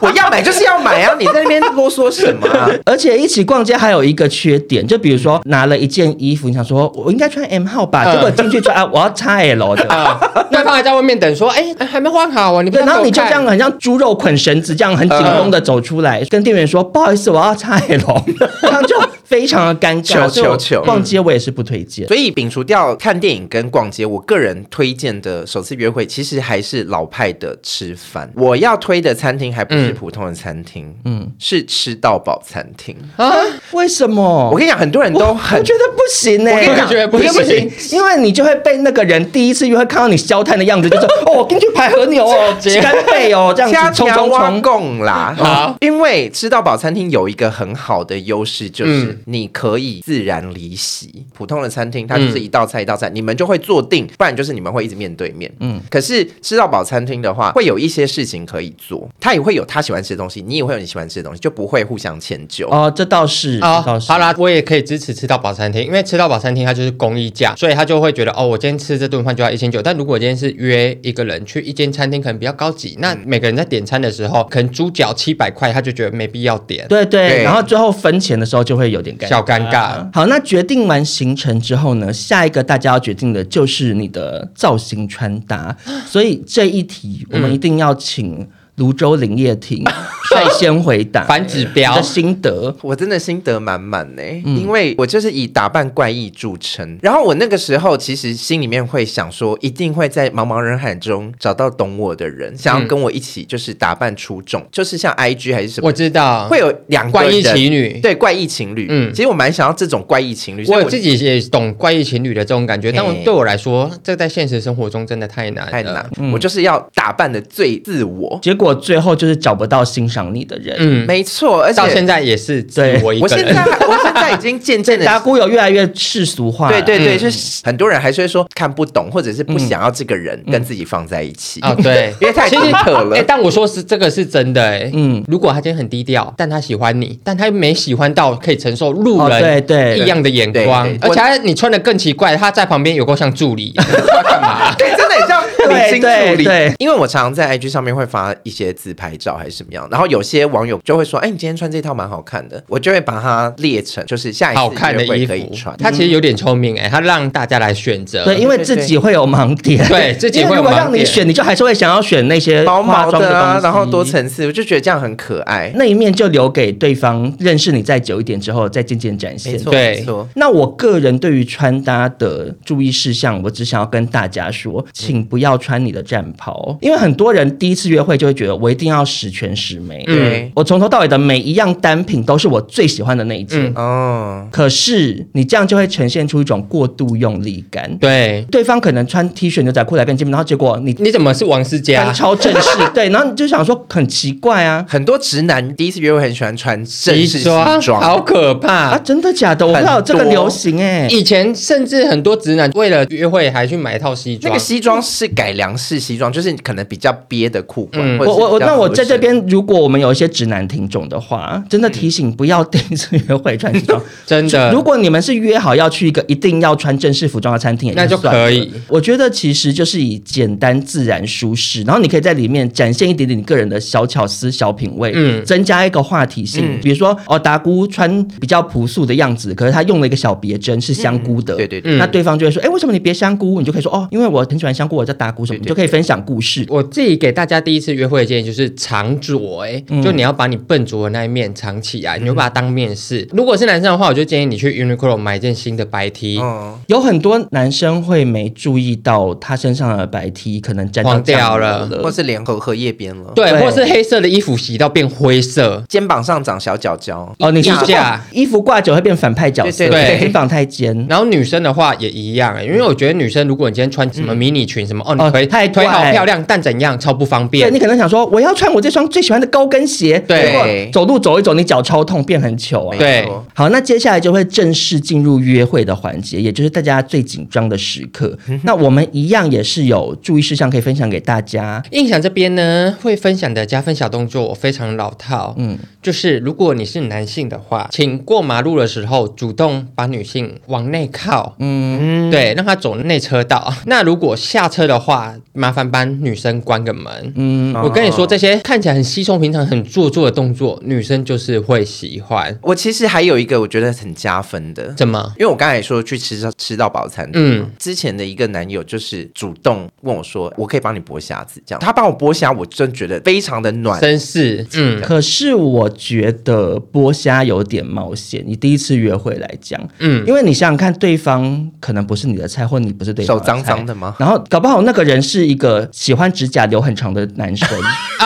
Speaker 4: 我要买就是要买啊，你在那边啰嗦什么、 啊？
Speaker 2: 而且一起逛街还有一个缺点，就比如说拿了一件衣服，你想说我应该穿 M 号吧，
Speaker 3: 嗯
Speaker 2: 结果进去穿啊，我要 XL 的。
Speaker 3: 啊，对方还在外面等，说：“哎、还没换好啊，你不
Speaker 2: 对，
Speaker 3: 要
Speaker 2: 然后
Speaker 3: 走
Speaker 2: 你就
Speaker 3: 开
Speaker 2: 这样很像猪肉捆绳子，这样很紧绷的走出来，跟店员说不好意思，我要 XL，这 样就非常的尴尬。
Speaker 4: 求
Speaker 2: 所以我
Speaker 4: 求求
Speaker 2: 逛街我也是不推荐。
Speaker 4: 所以摒除掉看电影跟逛街，我个人推荐的首次约会其实还是老派的吃饭。我要推的餐厅还不是
Speaker 3: 嗯
Speaker 4: 普通的餐厅，嗯，是吃到饱餐厅。
Speaker 3: 啊，
Speaker 2: 为什么？
Speaker 4: 我跟你讲，很多人
Speaker 2: 我
Speaker 4: 都很
Speaker 2: 我觉得不行呢、
Speaker 4: 我跟你
Speaker 3: 讲我觉得不行
Speaker 2: 因为因为你就会被那个人第一次约会看到你消炭的样子， 就说哦，我跟你去排和牛哦，
Speaker 3: 直接
Speaker 2: 干贝哦， 这
Speaker 4: 加
Speaker 2: 样子冲
Speaker 4: 强
Speaker 2: 冲嗯
Speaker 4: 挖
Speaker 2: 冲。
Speaker 4: 供啦。
Speaker 3: 好，
Speaker 4: 因为吃到饱餐厅有一个很好的优势，就是
Speaker 3: 嗯
Speaker 4: 你可以自然离席。普通的餐厅它就是
Speaker 3: 嗯
Speaker 4: 一道菜一道菜，你们就会坐定，不然就是你们会一直面对面。嗯，可是吃到饱餐厅的话，会有一些事情可以做，他也会有他喜欢吃的东西，你也会有你喜欢吃的东西，就不会互相迁就。
Speaker 2: 哦，这倒是，
Speaker 3: 啊、
Speaker 2: 这倒是。
Speaker 3: 好啦，我也可以支持吃到饱餐厅，因为吃到饱餐厅它就是公益价，所以他就会觉得哦，我今天吃这顿饭就要一千九。但如果今天是约一个人去一间餐厅，可能比较高级，那每个人在点餐的时候，可能猪脚七百块，他就觉得没必要点，
Speaker 2: 对对，
Speaker 4: 对
Speaker 2: 然后最后分钱的时候就会有点尴尬。
Speaker 3: 小尴
Speaker 4: 啊
Speaker 3: 尬。
Speaker 2: 好，那决定完行程之后呢，下一个大家要决定的就是你的造型穿 搭，所以这一题我们一定要请泸州林业庭 率先回答
Speaker 3: 反指
Speaker 2: 你
Speaker 3: 标
Speaker 2: 的，心得。
Speaker 4: 我真的心得满满呢，
Speaker 3: 嗯
Speaker 4: 因为我就是以打扮怪异著称。然后我那个时候其实心里面会想说，一定会在茫茫人海中找到懂我的人，想要跟我一起就是打扮出众，就是像 IG 还是什么
Speaker 3: 嗯我，知道
Speaker 4: 会有两个
Speaker 3: 怪
Speaker 4: 人
Speaker 3: 异奇女。
Speaker 4: 对怪异情侣。
Speaker 3: 嗯
Speaker 4: 其实我蛮想要这种怪异情侣，所以
Speaker 3: 我自己也懂怪异情侣的这种感觉，但我
Speaker 4: 嘿
Speaker 3: 对我来说，这在现实生活中真的太难了。
Speaker 4: 太难，我就是要打扮的最自我。
Speaker 2: 结果最后就是找不到欣赏你的人，
Speaker 3: 嗯，
Speaker 4: 没错，而且
Speaker 3: 到现在也是只
Speaker 2: 对
Speaker 3: 我一
Speaker 4: 我
Speaker 3: 个
Speaker 4: 现
Speaker 3: 人。
Speaker 4: 在 我现在已经渐渐的
Speaker 2: 达姑有越来越世俗化了，
Speaker 4: 对对对，
Speaker 3: 嗯
Speaker 4: 就是很多人还是会说看不懂，或者是不想要这个人
Speaker 3: 嗯
Speaker 4: 跟自己放在一起。
Speaker 3: 啊、对，
Speaker 4: 因为太
Speaker 3: 其实
Speaker 4: 独特了
Speaker 3: 哎、但我说是这个是真的哎、
Speaker 2: 嗯
Speaker 3: 嗯，如果他今天很低调，但他喜欢你，但他没喜欢到可以承受路人、
Speaker 2: 哦对对
Speaker 3: 异样的眼
Speaker 4: 对
Speaker 3: 光
Speaker 4: 对，
Speaker 3: 而且他你穿的更奇怪，他在旁边有够像助 理，他干嘛？
Speaker 4: 对，真的很像明星助
Speaker 2: 对
Speaker 4: 理。
Speaker 2: 对
Speaker 4: 因为我常常在 IG 上面会发一些自拍照还是什么样，然后有些网友就会说：“哎，你今天穿这套蛮好看的。”我就会把它列成就是下一次
Speaker 3: 好看的
Speaker 4: 约会
Speaker 3: 衣
Speaker 4: 可以
Speaker 3: 服
Speaker 4: 穿，。
Speaker 3: 他其实有点聪明哎、他让大家来选择，
Speaker 2: 对，因为
Speaker 4: 对
Speaker 2: 自
Speaker 4: 对
Speaker 2: 己会有盲点，
Speaker 3: 对自己
Speaker 2: 因为
Speaker 3: 会有
Speaker 2: 如果
Speaker 3: 盲
Speaker 2: 让你
Speaker 3: 点
Speaker 2: 选，你就还是会想要选那些
Speaker 4: 毛
Speaker 2: 化
Speaker 4: 毛
Speaker 2: 妆
Speaker 4: 的啊
Speaker 2: 东，西
Speaker 4: 然后多层次，我就觉得这样很可爱。
Speaker 2: 那一面就留给对方认识你再久一点之后，再渐渐展
Speaker 4: 没
Speaker 2: 现。
Speaker 4: 错，
Speaker 3: 对
Speaker 4: 没错。
Speaker 2: 那我个人对于穿搭的注意事项，我只想要跟大家说，请不要穿你的战袍，因为很多人第一次约会就会觉得我一定要十全十美，
Speaker 3: 嗯
Speaker 4: 对，
Speaker 2: 我从头到尾的每一样单品都是我最喜欢的那一件。
Speaker 3: 嗯
Speaker 4: 哦，
Speaker 2: 可是你这样就会呈现出一种过度用力感，
Speaker 3: 对，
Speaker 2: 对方可能穿 T 恤牛仔裤来跟你见面，然后结果 你
Speaker 3: 你怎么是王思佳
Speaker 4: 啊
Speaker 2: 穿？超正式，对，然后你就想说很奇怪啊
Speaker 4: 很多直男第一次约会很喜欢穿正式西
Speaker 3: 啊好
Speaker 4: 装，
Speaker 3: 可怕！
Speaker 2: 啊，真的假的？我不知道有这个
Speaker 4: 很多
Speaker 2: 流行哎、
Speaker 3: 以前甚至很多直男为了约会还去买一套西
Speaker 4: 那
Speaker 3: 装，
Speaker 4: 个西装是改良式西装，就是可能比较憋的裤管。
Speaker 3: 嗯
Speaker 4: 或者
Speaker 2: 我
Speaker 4: 是
Speaker 2: 我我，
Speaker 4: 比较
Speaker 2: 那我
Speaker 4: 合嗯
Speaker 2: 在这
Speaker 4: 身
Speaker 2: 边，如果我们有一些直男听众的话，真的提醒不要 第一次约会穿西装。
Speaker 3: 真的，
Speaker 2: 如果你们是约好要去一个一定要穿正式服装的餐厅，也
Speaker 3: 那就
Speaker 2: 算了
Speaker 3: 可以。
Speaker 2: 我觉得其实就是以简单、自然、舒适，然后你可以在里面展现一点点你个人的小巧思、小品味，
Speaker 3: 嗯
Speaker 2: 增加一个话题性。
Speaker 4: 嗯
Speaker 2: 比如说，哦，达姑穿比较朴素的样子，可是她用了一个小别针，是香菇的。
Speaker 4: 对对对。
Speaker 3: 嗯
Speaker 2: 那对方就会说：“哎、为什么你别香菇？”你就可以说：“哦，因为我很喜欢香菇，我叫达姑什么。”你就可以分享故事。
Speaker 3: 我自己给大家第一次约会的建议就是藏拙、欸，
Speaker 2: 嗯
Speaker 3: 就你要把你笨拙的那一面藏起来，你就把它当面试。如果是男生的话，我就建议你去 Uniqlo 买一件新的白 T，、
Speaker 2: 哦
Speaker 4: 嗯，
Speaker 2: 有很多男生会没注意到他身上的白 T 可能沾到
Speaker 3: 黄掉
Speaker 2: 酱油
Speaker 4: 嗯或是脸红荷叶边了，，
Speaker 3: 对，
Speaker 2: 对
Speaker 3: 或是黑色的衣服洗到变灰色，
Speaker 4: 肩膀上长小角角，
Speaker 2: 哦，你是
Speaker 3: 衣
Speaker 2: 说
Speaker 3: 架
Speaker 2: 衣服挂久会变反派角色，
Speaker 4: 对
Speaker 3: 对对
Speaker 2: 肩膀太尖。
Speaker 3: 然后女生的话也一样、欸，因为我觉得女生如果你今天穿什么迷你裙什么，
Speaker 2: 哦
Speaker 3: 哦，你腿
Speaker 2: 太怪
Speaker 3: 腿好漂亮，但怎样超不方
Speaker 2: 对
Speaker 3: 便
Speaker 2: 你。可能想说，我要穿我这双最喜欢的高跟鞋，
Speaker 3: 对
Speaker 2: 结果走路走一走，你脚超痛，变很糗啊。
Speaker 3: 对
Speaker 4: 没错
Speaker 2: 好，那接下来就会正式进入约会的环节，也就是大家最紧张的时刻。那我们一样也是有注意事项可以分享给大家。
Speaker 3: 印象这边呢，会分享的加分小动作，我非常老套。嗯，就是如果你是男性的话，请过马路的时候主动把女性往内靠，嗯，对，让她走内车道。那如果下车的话，麻烦帮女生关个门。嗯，我跟你
Speaker 4: 哦
Speaker 3: 说，这些看起来很稀松平常、很做作的动作，女生就是会喜欢。
Speaker 4: 我其实还有一个我觉得很加分的，
Speaker 3: 怎么？
Speaker 4: 因为我刚才说去吃到吃到饱餐厅，
Speaker 3: 嗯
Speaker 4: 之前的一个男友就是主动问我说，我可以帮你剥虾子，这样他帮我剥虾，我真觉得非常的暖。
Speaker 3: 绅士，嗯，
Speaker 2: 可是我觉得剥虾有点冒险，你第一次约会来讲，嗯，因为你想想看，对方可能不是你的菜，或你不是对方
Speaker 4: 手脏脏
Speaker 2: 的
Speaker 4: 的吗
Speaker 2: 菜，？然后搞不好那个人是一个喜欢指甲留很长的男生，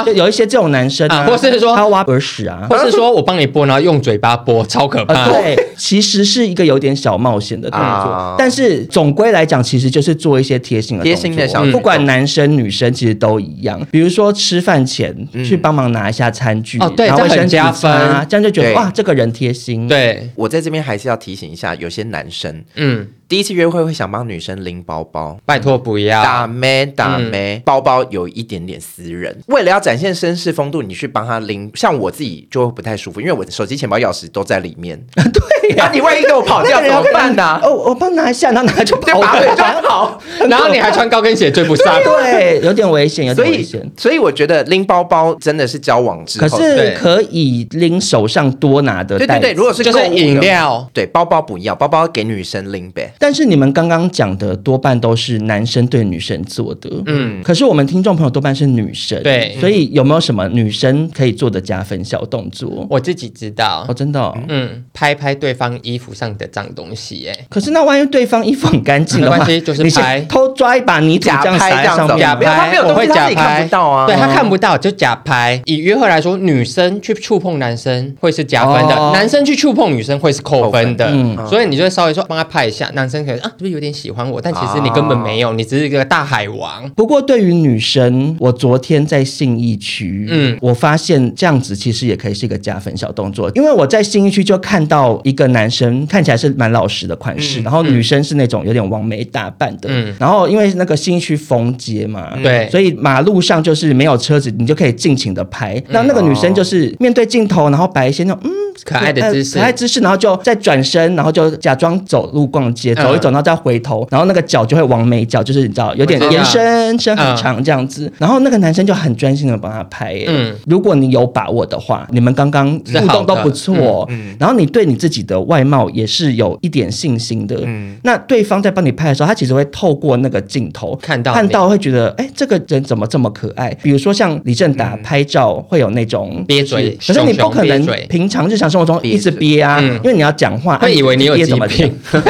Speaker 2: 就有一些这种男生
Speaker 3: 啊或是说
Speaker 2: 他挖耳屎啊。
Speaker 3: 或是说我帮你剥，然后用嘴巴剥，超可怕。
Speaker 2: 啊，对，其实是一个有点小冒险的动作，
Speaker 4: 啊
Speaker 2: 但是总归来讲，其实就是做一些贴心的动作
Speaker 4: 贴心的小
Speaker 2: 不
Speaker 4: 举动
Speaker 2: 管男生女生其实都一样。比如说吃饭前、
Speaker 4: 嗯
Speaker 2: 去帮忙拿一下餐具，
Speaker 3: 哦对
Speaker 2: 然后卫
Speaker 3: 这很
Speaker 2: 生纸
Speaker 3: 加
Speaker 2: 擦
Speaker 3: 分
Speaker 2: 这样就觉得
Speaker 4: 对
Speaker 2: 哇，这个人贴心。
Speaker 3: 对，
Speaker 4: 我在这边还是要提醒一下，有些男生
Speaker 3: 嗯，
Speaker 4: 第一次约会会想帮女生拎包包，
Speaker 3: 拜托不
Speaker 2: 啊
Speaker 3: 要
Speaker 4: 打咩打咩，
Speaker 2: 嗯
Speaker 4: 包包有一点点私人。为了要展现绅士风度，你去帮他拎，像我自己就会不太舒服，因为我手机、钱包、钥匙都在里 面。对那、你万一给我跑掉
Speaker 2: 那个
Speaker 4: 怎
Speaker 2: 人要
Speaker 4: 么
Speaker 2: 干嘛
Speaker 4: 办呢、啊？
Speaker 2: 哦，我帮拿一下，然后拿就跑
Speaker 4: 就拔腿
Speaker 2: 了。
Speaker 4: 就 跑。
Speaker 3: 然后你还穿高跟鞋追 不上，
Speaker 2: 对，有点危险，有
Speaker 4: 所
Speaker 2: 点危
Speaker 4: 以
Speaker 2: 险，。
Speaker 4: 所以我觉得拎包包真的是交往之
Speaker 2: 可
Speaker 4: 后，
Speaker 2: 是
Speaker 3: 对
Speaker 2: 可以拎手上多拿的
Speaker 4: 对
Speaker 2: 袋
Speaker 4: 对
Speaker 2: 子。
Speaker 4: 对，如果是
Speaker 3: 就
Speaker 4: 购
Speaker 3: 是
Speaker 4: 物的
Speaker 3: 饮，料。
Speaker 4: 对包包不要，包包给女生拎呗。
Speaker 2: 但是你们刚刚讲的多半都是男生对女生做的，嗯，可是我们听众朋友多半是女生，
Speaker 3: 对
Speaker 2: 所以有没有什么女生可以做的加分小动作？
Speaker 3: 我自己知道
Speaker 2: 哦，，真的哦、
Speaker 3: 嗯，拍拍对方衣服上的脏东西、欸，
Speaker 2: 可是那万一对方衣服很干净的话，
Speaker 3: 没关系就是
Speaker 2: 你先
Speaker 3: 拍
Speaker 2: 偷抓一把泥土
Speaker 4: 假
Speaker 2: 这样
Speaker 4: 拍
Speaker 2: 撒
Speaker 4: 这
Speaker 2: 在
Speaker 4: 样
Speaker 2: 上
Speaker 4: 走
Speaker 2: 面
Speaker 3: 假
Speaker 2: 吗，
Speaker 4: 哦没有他
Speaker 3: 拍，
Speaker 4: 没有
Speaker 3: 我会
Speaker 4: 东西他
Speaker 3: 假
Speaker 4: 自己看
Speaker 3: 拍，
Speaker 4: 不到啊
Speaker 3: 对他看不到就假拍。以约会来说，女生去触碰男生会是加分的，
Speaker 2: 哦
Speaker 3: 男生去触碰女生会是扣分的，
Speaker 2: 扣分
Speaker 4: 哦嗯
Speaker 3: 所以你就会稍微说帮他拍一下，男男生可能啊，是不是有点喜欢我？但其
Speaker 4: 哦
Speaker 3: 实你根本没有，你只是一个大海王。
Speaker 2: 不过对于女生，我昨天在信义区，
Speaker 3: 嗯
Speaker 2: 嗯，我发现这样子其实也可以是一个加分小动作，因为我在信义区就看到一个男生看起来是蛮老实的款式，然后女生是那种有点完美打扮的，
Speaker 3: 嗯
Speaker 2: 然后因为那个信义区封街嘛，
Speaker 4: 嗯
Speaker 3: 对
Speaker 2: 所以马路上就是没有车子，你就可以尽情的
Speaker 3: 嗯
Speaker 2: 拍。那那个女
Speaker 3: 哦
Speaker 2: 生就是面对镜头，然后摆一些那种嗯
Speaker 3: 可爱的
Speaker 2: 呃
Speaker 3: 姿势
Speaker 2: 可爱姿势，然后就再转身，然后就假装走路逛街，走一走，
Speaker 3: 嗯
Speaker 2: 然后再回头，然后那个脚就会往美脚，就是你知道有点
Speaker 3: 我知道
Speaker 2: 延伸。伸伸很长这样子，然后那个男生就很专心的帮他拍、耶。
Speaker 3: 嗯
Speaker 2: 如果你有把握的话，你们刚刚
Speaker 3: 是
Speaker 2: 互
Speaker 3: 好
Speaker 2: 动都
Speaker 3: 的嗯
Speaker 2: 不错，然后你对你自己的外貌也是有一点信心的。
Speaker 3: 嗯
Speaker 2: 那对方在帮你拍的时候，他其实会透过那个镜头
Speaker 3: 看到你
Speaker 2: 看到会觉得，哎、这个人怎么这么可爱？比如说像李正达拍照会有那种
Speaker 3: 嗯憋
Speaker 2: 就是
Speaker 3: 嘴
Speaker 2: 可是你
Speaker 3: 熊
Speaker 2: 不
Speaker 3: 熊
Speaker 2: 可
Speaker 3: 憋
Speaker 2: 能
Speaker 3: 嘴
Speaker 2: 平常日常生活中一直憋啊，
Speaker 3: 嗯
Speaker 2: 因为你要讲话，
Speaker 3: 会以为你有
Speaker 2: 憋
Speaker 3: 疾
Speaker 2: 怎么
Speaker 3: 病
Speaker 2: 讲。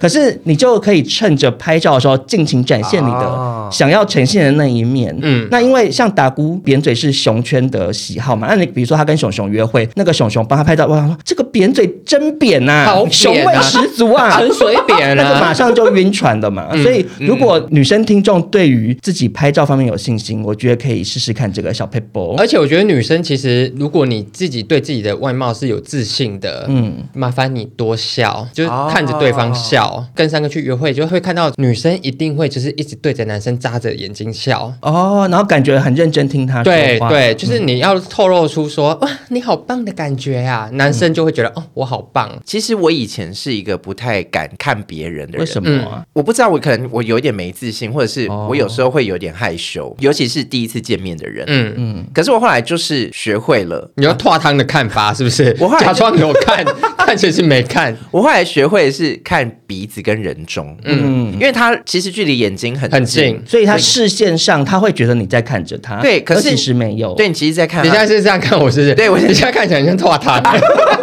Speaker 2: 可是你就可以趁着拍照的时候尽情展现你
Speaker 4: 哦
Speaker 2: 的想要呈现的那一面。
Speaker 3: 啊嗯
Speaker 2: 嗯，那因为像达姑扁嘴是熊圈的喜好嘛，那你比如说他跟熊熊约会，那个熊熊帮他拍照，哇，这个扁嘴真扁呐、
Speaker 3: 好扁啊
Speaker 2: 熊味十足 啊。
Speaker 3: 陈水 扁嗯
Speaker 2: 那就马
Speaker 3: 啊，
Speaker 2: 上就晕船了嘛，所以如果女生听众对于自己拍照方面有信心，我觉得可以试试看这个小 paper。
Speaker 3: 而且我觉得女生其实，如果你自己对自己的外貌是有自信的，嗯
Speaker 2: 嗯，
Speaker 3: 麻烦你多笑，就是
Speaker 4: 哦
Speaker 3: 看着对方笑。跟三个去约会，就会看到女生一定会就是一直对着男生眨着眼睛笑。
Speaker 2: 哦，然后感觉很认真听他说
Speaker 3: 对
Speaker 2: 话，
Speaker 3: 对，就是你要透露出说、哇，你好棒的感觉啊，男生就会觉得、哦，我好棒。
Speaker 4: 其实我以前是一个不太敢看别人的人，嗯
Speaker 2: 为什么哦啊？
Speaker 4: 我不知道，我可能我有一点没自信，或者是我有时候会有点害羞，尤其是第一次见面的人。
Speaker 3: 嗯嗯，
Speaker 4: 可是我后来就是学会了，
Speaker 3: 你要拓汤的看法是不是？
Speaker 4: 我后来
Speaker 3: 假装有看，但其实没看。
Speaker 4: 我后来学会的是看鼻子跟人中，嗯，因为他其实距离眼睛很
Speaker 3: 很近
Speaker 4: 近，
Speaker 2: 所以他视线上他会觉得你在看着他，
Speaker 4: 对可
Speaker 2: 而
Speaker 4: 是
Speaker 2: 其实没有，
Speaker 4: 对你其实在看
Speaker 3: 你现
Speaker 4: 他
Speaker 3: 在是这样看我是不是？
Speaker 4: 对我
Speaker 3: 你现在看起来很像拓汤，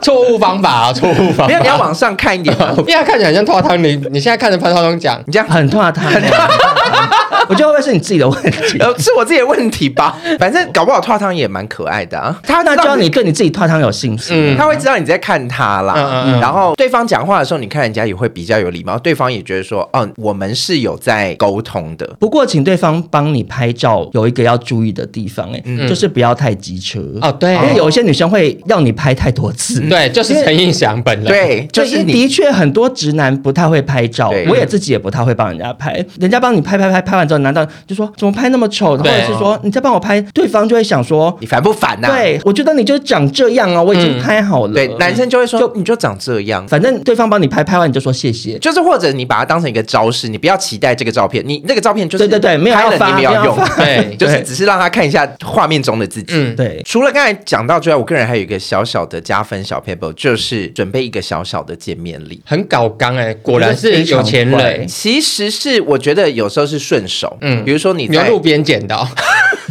Speaker 3: 错误方法啊，错误方
Speaker 4: 没
Speaker 3: 法
Speaker 4: 有，。你要往上看 一点啊 嘛，
Speaker 3: 因为他啊看起来很像拓汤，你你现在看着潘拓汤讲，
Speaker 4: 你这样。
Speaker 2: 很怕 他，很怕他我觉得会不会是你自己的问题？
Speaker 4: 呃，是我自己的问题吧，反正搞不好拓汤也蛮可爱的啊。他
Speaker 2: 那
Speaker 4: 知道
Speaker 2: 就要你对你自己泡汤有信心。
Speaker 3: 嗯
Speaker 4: 他会知道你在看他啦，
Speaker 3: 嗯嗯嗯
Speaker 4: 然后对方讲话的时候，你看人家也会比较有礼貌，对方也觉得说，哦，我们是有在沟通的。
Speaker 2: 不过，请对方帮你拍照，有一个要注意的地方、哎、
Speaker 4: 嗯
Speaker 2: 就是不要太急车
Speaker 3: 哦对
Speaker 2: 因为有一些女生会让你拍太多次。
Speaker 3: 对，就是陈映祥本人。，
Speaker 4: 对，就
Speaker 2: 对因
Speaker 4: 是
Speaker 2: 为
Speaker 4: 你
Speaker 2: 的确很多直男不太会拍照
Speaker 4: 对，
Speaker 2: 我也自己也不太会帮人家拍。人家帮你拍拍拍拍完之后，拿到就说怎么拍那么丑，或
Speaker 3: 对
Speaker 2: 者是说你再帮我拍，对方就会想说，
Speaker 4: 你烦不烦呐、啊
Speaker 2: 对我觉得你就长这样啊，我已经
Speaker 3: 嗯
Speaker 2: 拍好了。
Speaker 4: 对，男生就会说，你就长这样。
Speaker 2: 反正对方帮你拍，拍完你就说谢谢。
Speaker 4: 就是或者你把它当成一个招式，你不要期待这个照片，你那个照片就是
Speaker 2: 对对对没有
Speaker 4: 拍
Speaker 2: 要
Speaker 4: 了
Speaker 2: 发
Speaker 4: 你没
Speaker 2: 没
Speaker 4: 有
Speaker 2: 有
Speaker 4: 用
Speaker 2: 要，
Speaker 3: 对
Speaker 4: 就是
Speaker 2: 对
Speaker 4: 只是让他看一下画面中的自己。
Speaker 3: 嗯
Speaker 2: 对，
Speaker 4: 除了刚才讲到之外，我个人还有一个小小的加分小 paper，就是准备一个小小的见面礼。
Speaker 3: 很搞刚哎，果然是有钱
Speaker 2: 就是非常
Speaker 3: 人
Speaker 2: 怪。
Speaker 4: 其实是我觉得有时候是顺手，
Speaker 3: 嗯
Speaker 4: 嗯，比如说你
Speaker 3: 你要
Speaker 4: 在
Speaker 3: 路边 捡到，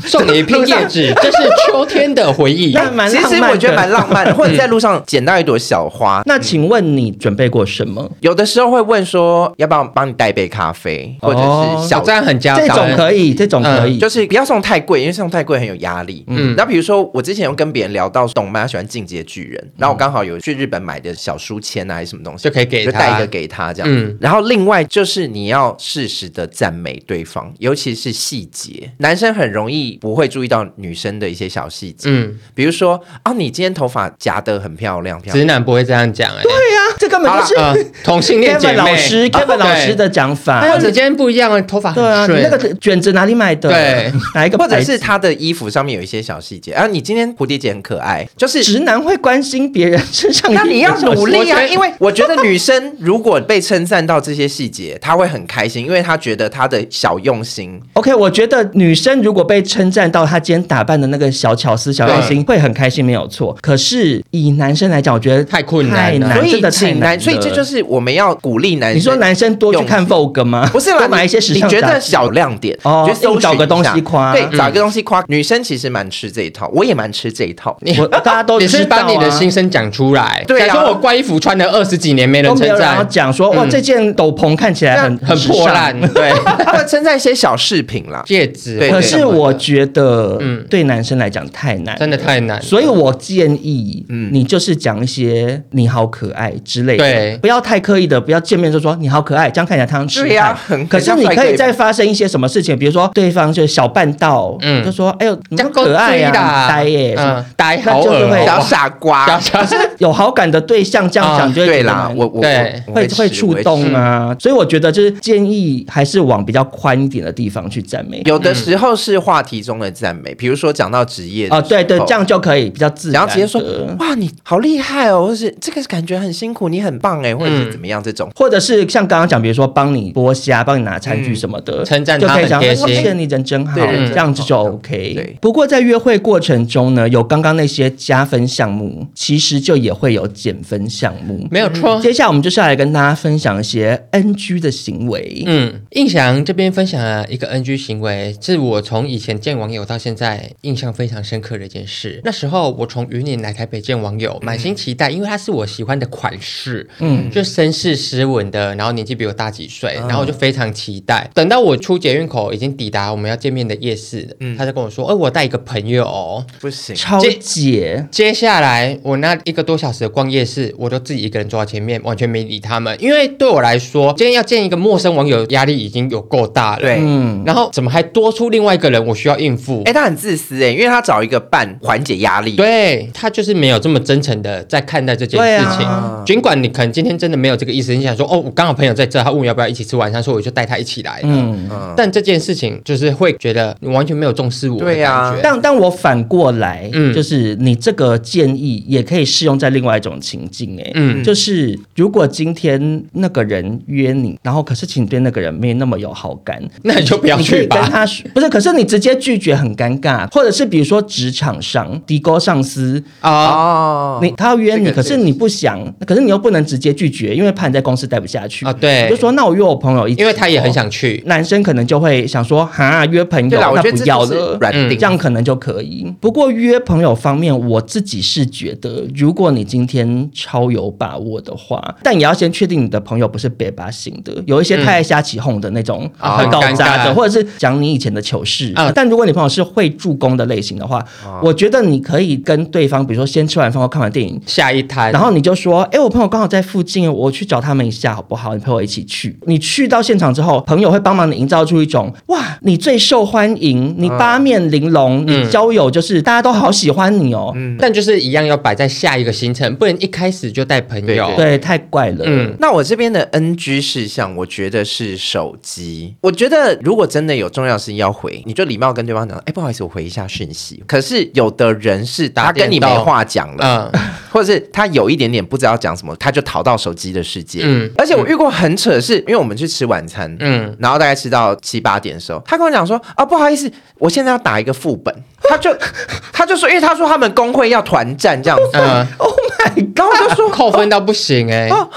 Speaker 3: 送你一片叶子，这是秋天的回忆。
Speaker 2: 那蛮
Speaker 4: 其
Speaker 2: 浪漫的
Speaker 4: 实我觉得蛮浪 漫的，或者在路上捡到一朵小花。
Speaker 2: 那请问你准备过什么？
Speaker 4: 有的时候会问说，要不要帮你带一杯咖啡，或者
Speaker 2: 哦
Speaker 4: 是小
Speaker 3: 哦这样很加分
Speaker 2: 这种可以，这种可以，啊
Speaker 4: 嗯就是不要送太贵，因为送太贵很有压力。
Speaker 3: 嗯
Speaker 4: 嗯，那比如说我之前有跟别人聊到动漫，他喜欢《进阶巨人》，然后我刚好有去日本买的小书签啊，还是什么东西，
Speaker 3: 嗯就可以给
Speaker 4: 就
Speaker 3: 他
Speaker 4: 带一个给他这样。
Speaker 3: 嗯
Speaker 4: 然后另外就是你要适时的赞美对方，尤其是细节，男生很容易不会注意到女生的一些小细节，
Speaker 3: 嗯，
Speaker 4: 比如说啊，你今天头发夹得很漂亮，漂亮
Speaker 3: 直。男不会这样讲哎。
Speaker 2: 对呀、这根本就是、
Speaker 3: 啊，
Speaker 4: 嗯
Speaker 3: 同性恋姐
Speaker 2: Kevin
Speaker 3: 妹
Speaker 2: 老师、
Speaker 4: 哦
Speaker 3: 啊
Speaker 2: Kevin 老师
Speaker 3: 对
Speaker 2: 的讲法。
Speaker 3: 哎呦，你今天不一样啊，头发
Speaker 2: 对啊，
Speaker 3: 很
Speaker 2: 你
Speaker 3: 顺。
Speaker 2: 那个卷子哪里买的？
Speaker 3: 对，
Speaker 2: 哪一个
Speaker 4: 或者
Speaker 2: 牌子
Speaker 4: 是他的衣服上面有一些小细节，啊，你今天蝴蝶结很可爱，就是
Speaker 2: 直男会关心别人身上？
Speaker 4: 那 你要努力
Speaker 3: 我
Speaker 4: 啊，
Speaker 3: 觉得
Speaker 4: 因为我觉得女生如果被称赞到这些细节，她会很开心，因为她觉得她的小用心。
Speaker 2: OK，我觉得女生如果被称赞到她今天打扮的那个小巧思、小用心，会很开心，没有错。可是以男生来讲，我觉得
Speaker 3: 太困难
Speaker 2: 太
Speaker 3: 了
Speaker 2: 难
Speaker 4: 所以
Speaker 2: 真的太
Speaker 4: 请
Speaker 2: 难
Speaker 4: 男，
Speaker 2: 了
Speaker 4: 所以这就是我们要鼓励男生。
Speaker 2: 你说男生多去看 Vogue 吗？
Speaker 4: 不是啦，
Speaker 2: 多买一些
Speaker 4: 你
Speaker 2: 时尚
Speaker 4: 你觉
Speaker 2: 杂
Speaker 4: 得
Speaker 2: 志
Speaker 4: 小亮点，
Speaker 2: 哦
Speaker 4: 你去搜寻一下
Speaker 2: 找个东西夸嗯
Speaker 4: 对，找个东西夸。女生其实蛮吃这一套，我也蛮吃这一套。
Speaker 2: 我大家都
Speaker 3: 你是
Speaker 2: 知道啊
Speaker 3: 把你的心声讲出来，
Speaker 4: 对啊
Speaker 3: 假如说我怪衣服穿了二十几年没人
Speaker 2: 都没
Speaker 3: 称
Speaker 2: 有人要
Speaker 4: 嗯
Speaker 3: 赞，
Speaker 2: 讲说哇，这件斗篷看起来很
Speaker 3: 很
Speaker 2: 时尚
Speaker 3: 破烂，对。
Speaker 4: 他的称赞一些小饰品 啦。
Speaker 3: 戒指
Speaker 4: 对
Speaker 3: 或
Speaker 2: 可
Speaker 3: 者什
Speaker 2: 是
Speaker 3: 么的
Speaker 2: 我觉得，
Speaker 3: 嗯
Speaker 2: 对男生来讲太难，
Speaker 3: 真的太难了，
Speaker 2: 所以我建议，
Speaker 4: 嗯
Speaker 2: 你就是讲一些“你好可爱”之类的，
Speaker 3: 对
Speaker 2: 不要太刻意的，不要见面就说“你好可爱”，这样看起来他很痴
Speaker 4: 对呀
Speaker 2: 汉。
Speaker 4: 很
Speaker 2: 可是
Speaker 4: 很像
Speaker 2: 你可以
Speaker 4: Friday
Speaker 2: 再发生一些什么事情，比如说对方就是小绊道，
Speaker 3: 嗯
Speaker 2: 就说“哎呦，你
Speaker 3: 这
Speaker 2: 好
Speaker 3: 样够
Speaker 2: 可爱呀、
Speaker 3: 追的啊
Speaker 2: 很呆耶、什么
Speaker 3: 嗯，呆
Speaker 2: 那
Speaker 3: 好
Speaker 2: 就
Speaker 3: 恶
Speaker 2: 是会
Speaker 3: 哦
Speaker 4: 小傻瓜
Speaker 3: 小，小
Speaker 2: 有好感的对象这样讲
Speaker 3: 啊
Speaker 2: 就会
Speaker 4: 对
Speaker 2: 觉得
Speaker 4: 啦
Speaker 2: 蛮，
Speaker 4: 我我
Speaker 3: 对
Speaker 4: 我
Speaker 2: 会
Speaker 4: 吃
Speaker 2: 会触
Speaker 4: 我吃
Speaker 2: 动啊，所以我觉得就是建议还是往比较宽一点的地方去赞美。
Speaker 4: 有的时候是话题中的赞美，比如说讲到职业的
Speaker 2: 哦，对对
Speaker 4: 时，候
Speaker 2: 这样就可以比较自然的。
Speaker 4: 然后直接说哇你好厉害哦，或是这个感觉很辛苦，你很棒哎，或者是怎么样这种。
Speaker 2: 或者是像刚刚讲，比如说帮你剥虾、帮你拿餐具什么的，
Speaker 3: 嗯称赞
Speaker 2: 就
Speaker 3: 他
Speaker 2: 可以讲
Speaker 3: 很贴
Speaker 2: 说
Speaker 3: 心
Speaker 2: 谢谢你人真好，
Speaker 4: 对人
Speaker 2: 这
Speaker 4: 真
Speaker 2: 样子就
Speaker 4: 好
Speaker 2: OK。
Speaker 4: 对
Speaker 2: 不过在约会过程中呢，有刚刚那些加分项目，其实就也会有减分项目。
Speaker 3: 没有错。
Speaker 2: 接下来我们嗯就是要来跟大家分享一些 NG 的行为。
Speaker 3: 嗯，印象这边分享了一个 NG 行为，是我从以前见网友到现在印象非常深刻的一件事。那时候我从云林来台北见网友，
Speaker 2: 嗯
Speaker 3: 满心期待，因为他是我喜欢的款式，嗯，就绅士斯文的，然后年纪比我大几岁，
Speaker 2: 啊
Speaker 3: 然后我就非常期待。等到我出捷运口，已经抵达我们要见面的夜市了，
Speaker 2: 嗯
Speaker 3: 他就跟我说：“哎、我带一个朋友哦、
Speaker 4: 不行，啊
Speaker 2: 超
Speaker 3: 这
Speaker 2: 姐，
Speaker 3: 接下来我那一个多小时的逛夜市，我都自己一个人坐在前面，完全没理他们，因为对我来说，今天要见一个陌生网友，压力已经有够大了。
Speaker 4: 对，
Speaker 2: 嗯，
Speaker 3: 然后怎么还多出另外一个人，我需要应付？
Speaker 4: 哎，他很自私哎，因为他找一个伴缓解压力。
Speaker 3: 对他就是没有这么真诚的在看待这件事
Speaker 2: 对
Speaker 3: 情
Speaker 4: 啊，
Speaker 3: 尽、管你可能今天真的没有这个意思，你想说哦，我刚好朋友在这，他问我要不要一起吃晚餐，所以我就带他一起来了。
Speaker 2: 嗯。
Speaker 4: 嗯，
Speaker 3: 但这件事情就是会觉得你完全没有重视我的感
Speaker 4: 对啊
Speaker 3: 觉。
Speaker 2: 但但我反过来，
Speaker 3: 嗯
Speaker 2: 就是你这个建议也可以适用在另外一种情境、欸，
Speaker 3: 嗯
Speaker 2: 就是如果今天那个人约你，然后可是其实你对那个人没那么有好感，
Speaker 3: 那你就不要
Speaker 2: 你可以
Speaker 3: 去吧
Speaker 2: 跟他说不是，可是你直接拒绝很尴尬，或者是比如说职场上低沟上司，
Speaker 3: 啊、
Speaker 4: 哦，
Speaker 2: 你他要约你，
Speaker 4: 这个
Speaker 2: 可是你不想，可是你又不能直接拒绝，因为怕你在公司待不下去
Speaker 3: 啊对
Speaker 2: 你就说那我约我朋友一起哦，
Speaker 3: 因为他也很想去，
Speaker 2: 男生可能就会想说，哈，约朋友
Speaker 4: 对啦，我
Speaker 2: 那
Speaker 4: 觉得
Speaker 2: 不
Speaker 4: 这
Speaker 2: 要
Speaker 4: 就是
Speaker 2: 了，
Speaker 4: 软
Speaker 3: 嗯
Speaker 4: 钉
Speaker 2: 这样可能就可以。不过约朋友方面，我自己是觉得，如果你今天超有把握的话，但也要先确定你的朋友不是北巴型的，有一些太爱瞎起哄的那种，
Speaker 3: 啊
Speaker 2: 会
Speaker 3: 很
Speaker 2: 搞
Speaker 3: 尴
Speaker 2: 砸的，
Speaker 3: 尬
Speaker 2: 或者是讲你以前的糗事。
Speaker 4: 嗯
Speaker 3: 啊
Speaker 2: 但如果你朋友是会助攻的类型的话，
Speaker 4: 啊
Speaker 2: 我觉得你可以跟对方，比如说先吃完饭或看完电影，
Speaker 3: 下一摊，
Speaker 2: 然后你就说，哎、我朋友刚好在附近，我去找他们一下好不好？你陪我一起去。你去到现场之后，朋友会帮忙你营造出一种哇，你最受欢
Speaker 4: 嗯
Speaker 2: 迎，你八面玲珑，你交友就是、大家都好喜欢你哦。
Speaker 4: 嗯
Speaker 3: 但就是一样要摆在下一个行程，不能一开始就带朋友。
Speaker 2: 对，太怪了。
Speaker 3: 嗯，
Speaker 4: 那我这边的 NG 事项，我觉得是手机。我觉得如果真的有重要事情要回，你就礼貌跟对方讲，哎、不好意思，我回一下讯息。可是有的人是他
Speaker 3: 打电
Speaker 4: 跟你没
Speaker 3: 动
Speaker 4: 话讲
Speaker 3: 嗯
Speaker 4: 了，或者是他有一点点不知道讲什么，他就逃到手机的世界。
Speaker 3: 嗯
Speaker 4: 而且我遇过很扯的是，因为我们去吃晚餐，
Speaker 3: 嗯
Speaker 4: 然后大概吃到七八点的时候，他跟我讲说啊，不好意思，我现在要打一个副本，他就 他就说，因为他说他们工会要团战这样子，
Speaker 3: 嗯，
Speaker 2: Oh my，
Speaker 4: 然后我就说
Speaker 3: 扣分到不行哎、
Speaker 4: 哦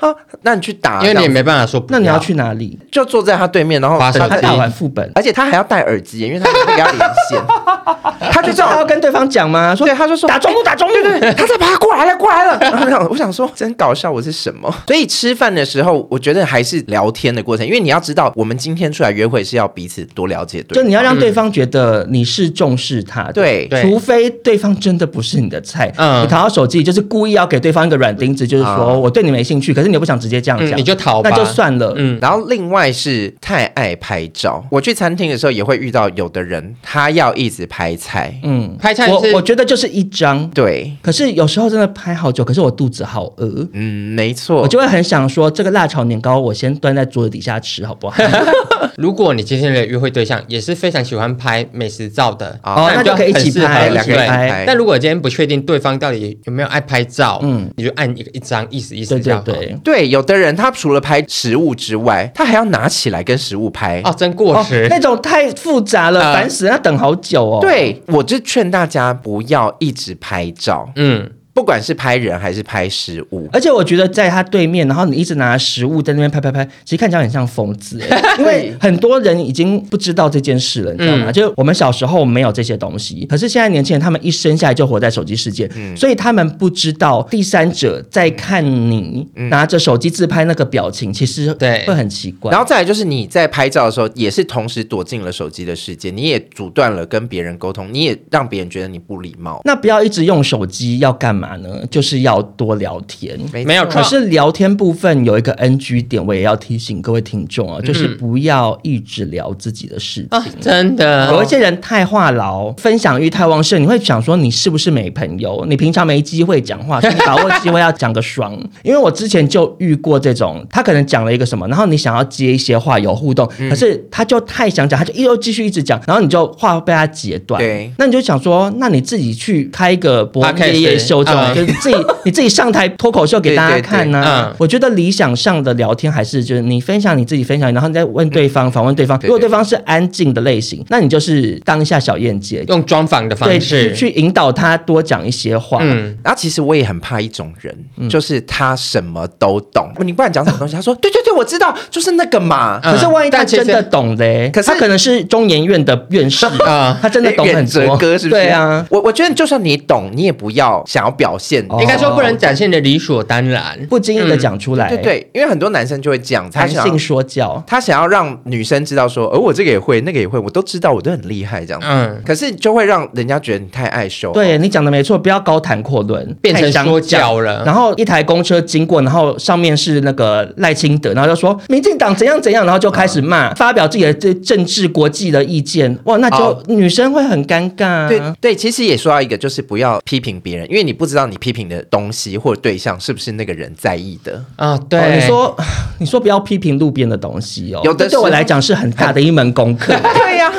Speaker 4: 啊，那你去打，
Speaker 3: 因
Speaker 4: 这
Speaker 3: 为你
Speaker 4: 样
Speaker 3: 也
Speaker 4: 子
Speaker 3: 没办法说不
Speaker 2: 那你要
Speaker 3: 要
Speaker 2: 去哪里？
Speaker 4: 就坐在他对面，然后
Speaker 3: 划
Speaker 4: 等
Speaker 3: 手
Speaker 2: 他
Speaker 4: 着
Speaker 3: 机
Speaker 2: 打完副本，
Speaker 4: 而且他还要戴耳机，因为他那个要连线，他就这
Speaker 2: 他要
Speaker 4: 样。
Speaker 2: 跟对方讲吗？说
Speaker 4: 对，他就说哎
Speaker 2: 打中路，打中路。对对
Speaker 4: 他在爬过来了，过来了。然后我想我想说，真搞笑，我是什么？所以吃饭的时候，我觉得还是聊天的过程，因为你要知道，我们今天出来约会是要彼此多了解对嗯
Speaker 2: 就
Speaker 4: 方。
Speaker 2: 你要让对方觉得你是重视他的，
Speaker 4: 对
Speaker 3: 对
Speaker 2: 除非对方真的不是你的菜，
Speaker 3: 嗯
Speaker 2: 你掏到手机就是故意要给对方一个软钉子，就是说
Speaker 4: 啊
Speaker 2: 我对你没兴趣，可是你又不想直接这样
Speaker 3: 嗯
Speaker 2: 讲，
Speaker 3: 你就逃吧，
Speaker 2: 那就算了，
Speaker 3: 嗯，
Speaker 4: 然后另外是太爱拍照，我去餐厅的时候也会遇到有的人，他要一直拍菜，
Speaker 2: 嗯，
Speaker 3: 拍菜
Speaker 2: 我
Speaker 3: 是
Speaker 2: 我觉得就是一张，
Speaker 4: 对，
Speaker 2: 可是有时候真的拍好久，可是我肚子好饿。
Speaker 4: 嗯，没错
Speaker 3: 哦
Speaker 2: 我，就会很想说，这个辣炒年糕我先端在桌子底下吃，好不 好？
Speaker 3: 如果你今天的约会对象也是非常喜欢拍美食照的，
Speaker 4: 哦
Speaker 2: 啊那
Speaker 3: 你
Speaker 2: 就可以一
Speaker 3: 很
Speaker 2: 起
Speaker 3: 适合
Speaker 2: 拍，一
Speaker 4: 两
Speaker 2: 起
Speaker 4: 个人
Speaker 2: 拍
Speaker 4: 一起。拍
Speaker 3: 但如果今天不确定对方到底有没有爱拍照，
Speaker 2: 嗯
Speaker 3: 嗯，你就按一个一张意思意
Speaker 2: 对
Speaker 3: 思这
Speaker 2: 对
Speaker 3: 样。
Speaker 2: 对，
Speaker 4: 对，有的人他除了拍食物之外，他还要拿起来跟食物拍
Speaker 3: 哦，真过时。
Speaker 2: 那种太复杂了，
Speaker 3: 呃
Speaker 2: 烦死了，要等好久哦。，
Speaker 4: 对，我就劝大家不要一直拍照。
Speaker 3: 嗯，
Speaker 4: 不管是拍人还是拍食物，
Speaker 2: 而且我觉得在他对面，然后你一直拿食物在那边拍拍拍，其实看起来很像疯 子欸，因为很多人已经不知道这件事了，你知道吗？
Speaker 4: 嗯
Speaker 2: 就我们小时候没有这些东西，可是现在年轻人他们一生下来就活在手机世界，
Speaker 4: 嗯
Speaker 2: 所以他们不知道第三者在看你、
Speaker 4: 嗯
Speaker 2: 拿着手机自拍那个表情，其实
Speaker 3: 对
Speaker 2: 会很奇怪
Speaker 4: 然。后再来就是你在拍照的时候，也是同时躲进了手机的世界，你也阻断了跟别人沟通，你也让别人觉得你不礼貌。
Speaker 2: 那不要一直用手机，要干嘛呢？就是要多聊天。
Speaker 3: 没有
Speaker 4: 错
Speaker 2: 可是聊天部分有一个 NG 点，我也要提醒各位听众啊，就是不要一直聊自己的事
Speaker 3: 啊
Speaker 2: 情。，
Speaker 3: 真的，
Speaker 2: 有一些人太话痨、分享欲太旺盛，你会想说你是不是没朋友？你平常没机会讲话，所以你把握机会要讲个爽。因为我之前就遇过这种，他可能讲了一个什么，然后你想要接一些话有互动，可是他就太想讲，他就一直继续一直讲，然后你就话被他截断。
Speaker 4: 对
Speaker 2: 那你就想说，那你自己去开一个播
Speaker 3: Podcast，
Speaker 2: 夜夜秀这种，
Speaker 3: 嗯
Speaker 2: 就是自己 你自己上台脱口秀给大家
Speaker 4: 对对对
Speaker 2: 看呐、
Speaker 3: 嗯
Speaker 2: 我觉得理想上的聊天还是就是你分享你自己分享，然后你再问对方、访嗯问对方。
Speaker 4: 对
Speaker 2: 如果对方是安静的类型，那你就是当一下小燕姐，
Speaker 3: 用专访的
Speaker 2: 对，
Speaker 3: 方
Speaker 2: 去
Speaker 3: 式，
Speaker 2: 去引导他多讲一些话。
Speaker 3: 嗯，
Speaker 4: 然后其实我也很怕一种人，
Speaker 2: 嗯
Speaker 4: 就是他什么都懂，哦你不管讲什么东西，他说对对对，我知道，就是那个嘛。
Speaker 3: 嗯
Speaker 2: 可是万一他
Speaker 3: 但其实
Speaker 2: 真的懂嘞，
Speaker 4: 可是哎
Speaker 2: 他可能是中研院的院 士
Speaker 3: 啊
Speaker 2: 他真的懂很
Speaker 4: 远哲
Speaker 2: 多。
Speaker 4: 哥是不是？
Speaker 2: 对啊，，
Speaker 4: 我我觉得就算你懂，你也不要想要表现。
Speaker 2: 哦
Speaker 3: 应该说不能展现的理所当然。
Speaker 2: 不经意的讲出来，
Speaker 4: 嗯对，对，因为很多男生就会这样，他
Speaker 2: 弹
Speaker 4: 想哦
Speaker 2: 性
Speaker 4: 要
Speaker 2: 说教。
Speaker 4: 他想要让女生知道说，而、我这个也会，那个也会，我都知道，我都很厉害这样。
Speaker 3: 嗯，
Speaker 4: 可是就会让人家觉得你太爱羞。
Speaker 2: 对你讲的没错，不要高谈阔论，
Speaker 3: 变成
Speaker 2: 太想
Speaker 3: 说
Speaker 2: 讲
Speaker 3: 教了
Speaker 2: 然后一台公车经过，然后上面是那个赖清德，然后就说民进党怎样怎样，然后就开始
Speaker 4: 嗯
Speaker 2: 骂，发表自己的这政治国际的意见。哇，那就
Speaker 4: 哦
Speaker 2: 女生会很尴尬、啊。
Speaker 4: 对对，其实也说到一个，就是不要批评别人，因为你不知道你批评的东西或对象是不是那个人在意的。
Speaker 3: 啊，
Speaker 2: 哦
Speaker 3: 对，
Speaker 2: 你说 你说不要批评路边的东西哦，
Speaker 4: 有的
Speaker 2: 这对我
Speaker 4: 时候
Speaker 2: 来讲是很大的一门功课。
Speaker 4: 对呀、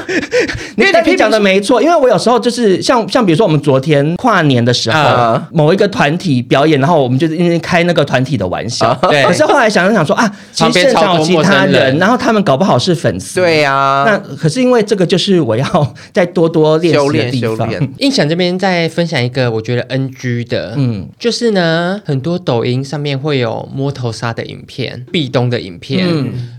Speaker 2: 你
Speaker 4: 因为
Speaker 2: 但
Speaker 4: 你 批
Speaker 2: 你
Speaker 4: 评
Speaker 2: 讲的没错，因为我有时候就是像像比如说我们昨天跨年的时候，
Speaker 4: 啊
Speaker 2: 某一个团体表演，然后我们就是因为开那个团体的玩笑，
Speaker 3: 啊对
Speaker 2: 可是后来想一想说啊，其实
Speaker 3: 旁边
Speaker 2: 现场
Speaker 3: 超
Speaker 2: 有
Speaker 3: 多
Speaker 2: 其
Speaker 3: 陌
Speaker 2: 他
Speaker 3: 生人
Speaker 2: 人，然后他们搞不好是粉丝，
Speaker 4: 对、啊呀、
Speaker 2: 那可是因为这个就是我要 再多多练
Speaker 4: 修
Speaker 2: 习的
Speaker 4: 炼
Speaker 2: 地
Speaker 4: 修
Speaker 2: 方。
Speaker 4: 炼。
Speaker 3: 印象这边再分享一个我觉得 NG 的，
Speaker 2: 嗯
Speaker 3: 嗯，就是呢，很多抖音上面会有摸头杀的影片、壁咚的影片。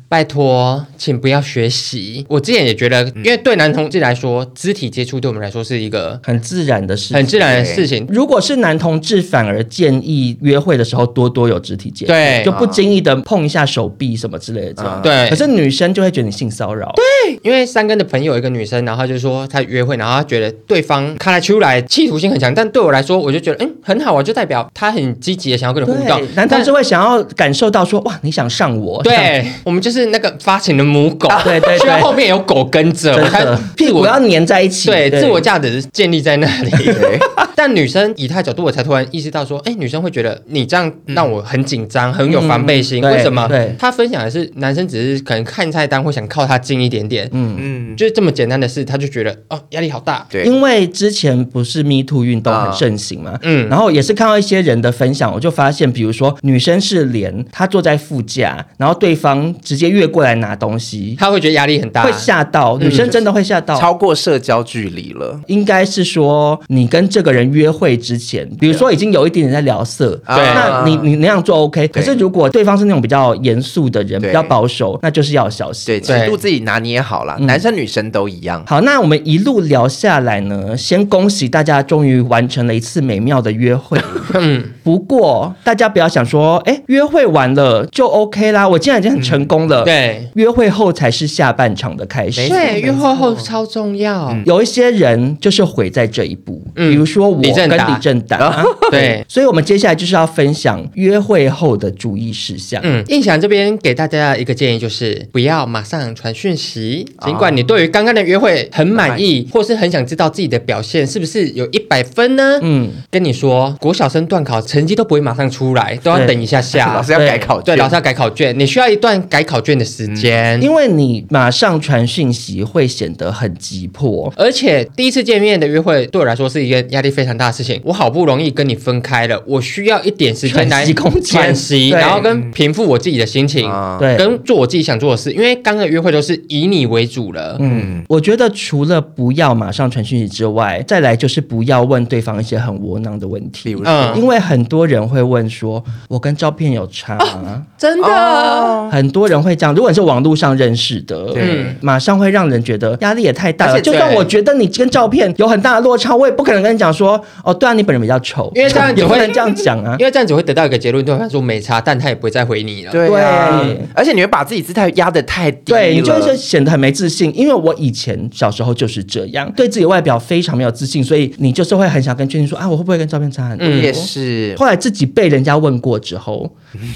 Speaker 3: 拜托，请不要学习。我之前也觉得，因为对男同志来说，肢体接触对我们来说是一个
Speaker 2: 很自然的事情，
Speaker 3: 很自然的事情。
Speaker 2: 如果是男同志，反而建议约会的时候多多有肢体接触，
Speaker 3: 对
Speaker 2: 就不经意的碰一下手臂什么之类的这样。
Speaker 4: 嗯
Speaker 3: 对
Speaker 2: 可是女生就会觉得你性骚扰，对，
Speaker 3: 因为三根的朋友有一个女生，然后她就说她约会，然后她觉得对方看来出来企图心很强，但对我来说，我就觉得嗯很好啊，就代表她很积极的想要跟你互动。
Speaker 2: 男同
Speaker 3: 但
Speaker 2: 志会想要感受到说哇，你想上我，想
Speaker 3: 对我们就是那个发情的母狗，
Speaker 2: 啊对对对
Speaker 3: 需要后面有狗跟着，我
Speaker 2: 真
Speaker 3: 才
Speaker 2: 的屁
Speaker 3: 自
Speaker 2: 股
Speaker 3: 我
Speaker 2: 要粘在一起，
Speaker 3: 对自我价值建立在那里。
Speaker 4: 对，
Speaker 3: 但女生以她的角度，我才突然意识到说，哎，女生会觉得你这样让我很紧张，很有防备心。
Speaker 2: 嗯对
Speaker 3: 为什么
Speaker 2: 对？
Speaker 3: 她分享的是男生只是可能看菜单会想靠她近一点点，
Speaker 4: 嗯，
Speaker 3: 就是这么简单的事，她就觉得哦压力好大。
Speaker 4: 对，
Speaker 2: 因为之前不是 Me Too 运动很盛行嘛，嗯，
Speaker 3: 啊嗯
Speaker 2: 然后也是看到一些人的分享，我就发现，比如说女生是连她坐在副驾，然后对方直接越过来拿东 西，
Speaker 3: 她会觉得压力很大，
Speaker 2: 会吓到，女生真的会吓到。
Speaker 4: 超过社交距离了。
Speaker 2: 应该是说，你跟这个人约会之前，比如说已经有一点点在聊色，
Speaker 4: 对
Speaker 2: 那你你那样做 OK。可
Speaker 4: 对
Speaker 2: 是如果对方是那种比较严肃的人，
Speaker 4: 对
Speaker 2: 比较保守，那就是要小心。
Speaker 4: 对，尺度自己拿捏好了，男生女生都一样。
Speaker 2: 好，那我们一路聊下来呢，先恭喜大家终于完成了一次美妙的约会。
Speaker 3: 嗯，
Speaker 2: 不过大家不要想说，哎，约会完了就 OK 啦，我既然已经很成功了，，
Speaker 3: 对
Speaker 2: 约会后才是下半场的开始。
Speaker 3: 对，约会后超重要。
Speaker 2: 有一些人就是毁在这一步，
Speaker 3: 嗯
Speaker 2: 比如说我
Speaker 3: 李
Speaker 2: 跟
Speaker 3: 正达
Speaker 2: 李正达，
Speaker 3: 对，
Speaker 2: 所以我们接下来就是要分享约会后的注意事项。
Speaker 3: 嗯，印象这边给大家一个建议，就是不要马上传讯息。尽管你对于刚刚的约会很满意，或是很想知道自己的表现是不是有一百分呢？
Speaker 2: 嗯
Speaker 3: 嗯，跟你说，国小生段考成绩都不会马上出来，都要
Speaker 2: 对
Speaker 3: 等一下下
Speaker 4: 老。师要
Speaker 2: 对
Speaker 4: 改考卷，
Speaker 3: 对，老师要改考卷，你需要一段改考卷的时间。
Speaker 2: 因为你马上传讯息会显得很急迫，
Speaker 3: 而且第一次见面的约会对我来说是一个压力非常很大的事情。我好不容易跟你分开了，我需要一点时间来
Speaker 2: 喘息空间
Speaker 3: 喘息，
Speaker 2: 对
Speaker 3: 然后跟平复我自己的心情，
Speaker 4: 啊
Speaker 2: 对，
Speaker 3: 跟做我自己想做的事。因为刚刚的约会都是以你为主了，
Speaker 2: 嗯，我觉得除了不要马上传讯息之外，再来就是不要问对方一些很窝囊的问
Speaker 4: 比
Speaker 2: 题
Speaker 4: 如。
Speaker 3: 嗯
Speaker 2: 因为很多人会问说，我跟照片有差吗？
Speaker 3: 真的。
Speaker 4: 哦
Speaker 2: 很多人会这样。如果你是网络上认识的，
Speaker 4: 对
Speaker 2: 嗯马上会让人觉得压力也太大
Speaker 3: 而
Speaker 2: 了。
Speaker 3: 且
Speaker 2: 就
Speaker 3: 对
Speaker 2: 算我觉得你跟照片有很大的落差，我也不可能跟你讲说，哦，对啊，你本人比较丑，
Speaker 3: 因为这样 你
Speaker 2: 也不
Speaker 3: 会
Speaker 2: 能这样讲 啊。
Speaker 3: 因为这样只会得到一个结论，对方说没差，但他也不会再回你了。
Speaker 4: 对啊
Speaker 2: 对，
Speaker 4: 而且你会把自己姿态压得太低了，
Speaker 2: 对你就会显得很没自信，因为我以前小时候就是这样，对自己外表非常没有自信，所以你就是会很想跟确定说啊，我会不会跟照片差很多？
Speaker 3: 嗯
Speaker 4: 也是
Speaker 2: 后来自己被人家问过之后，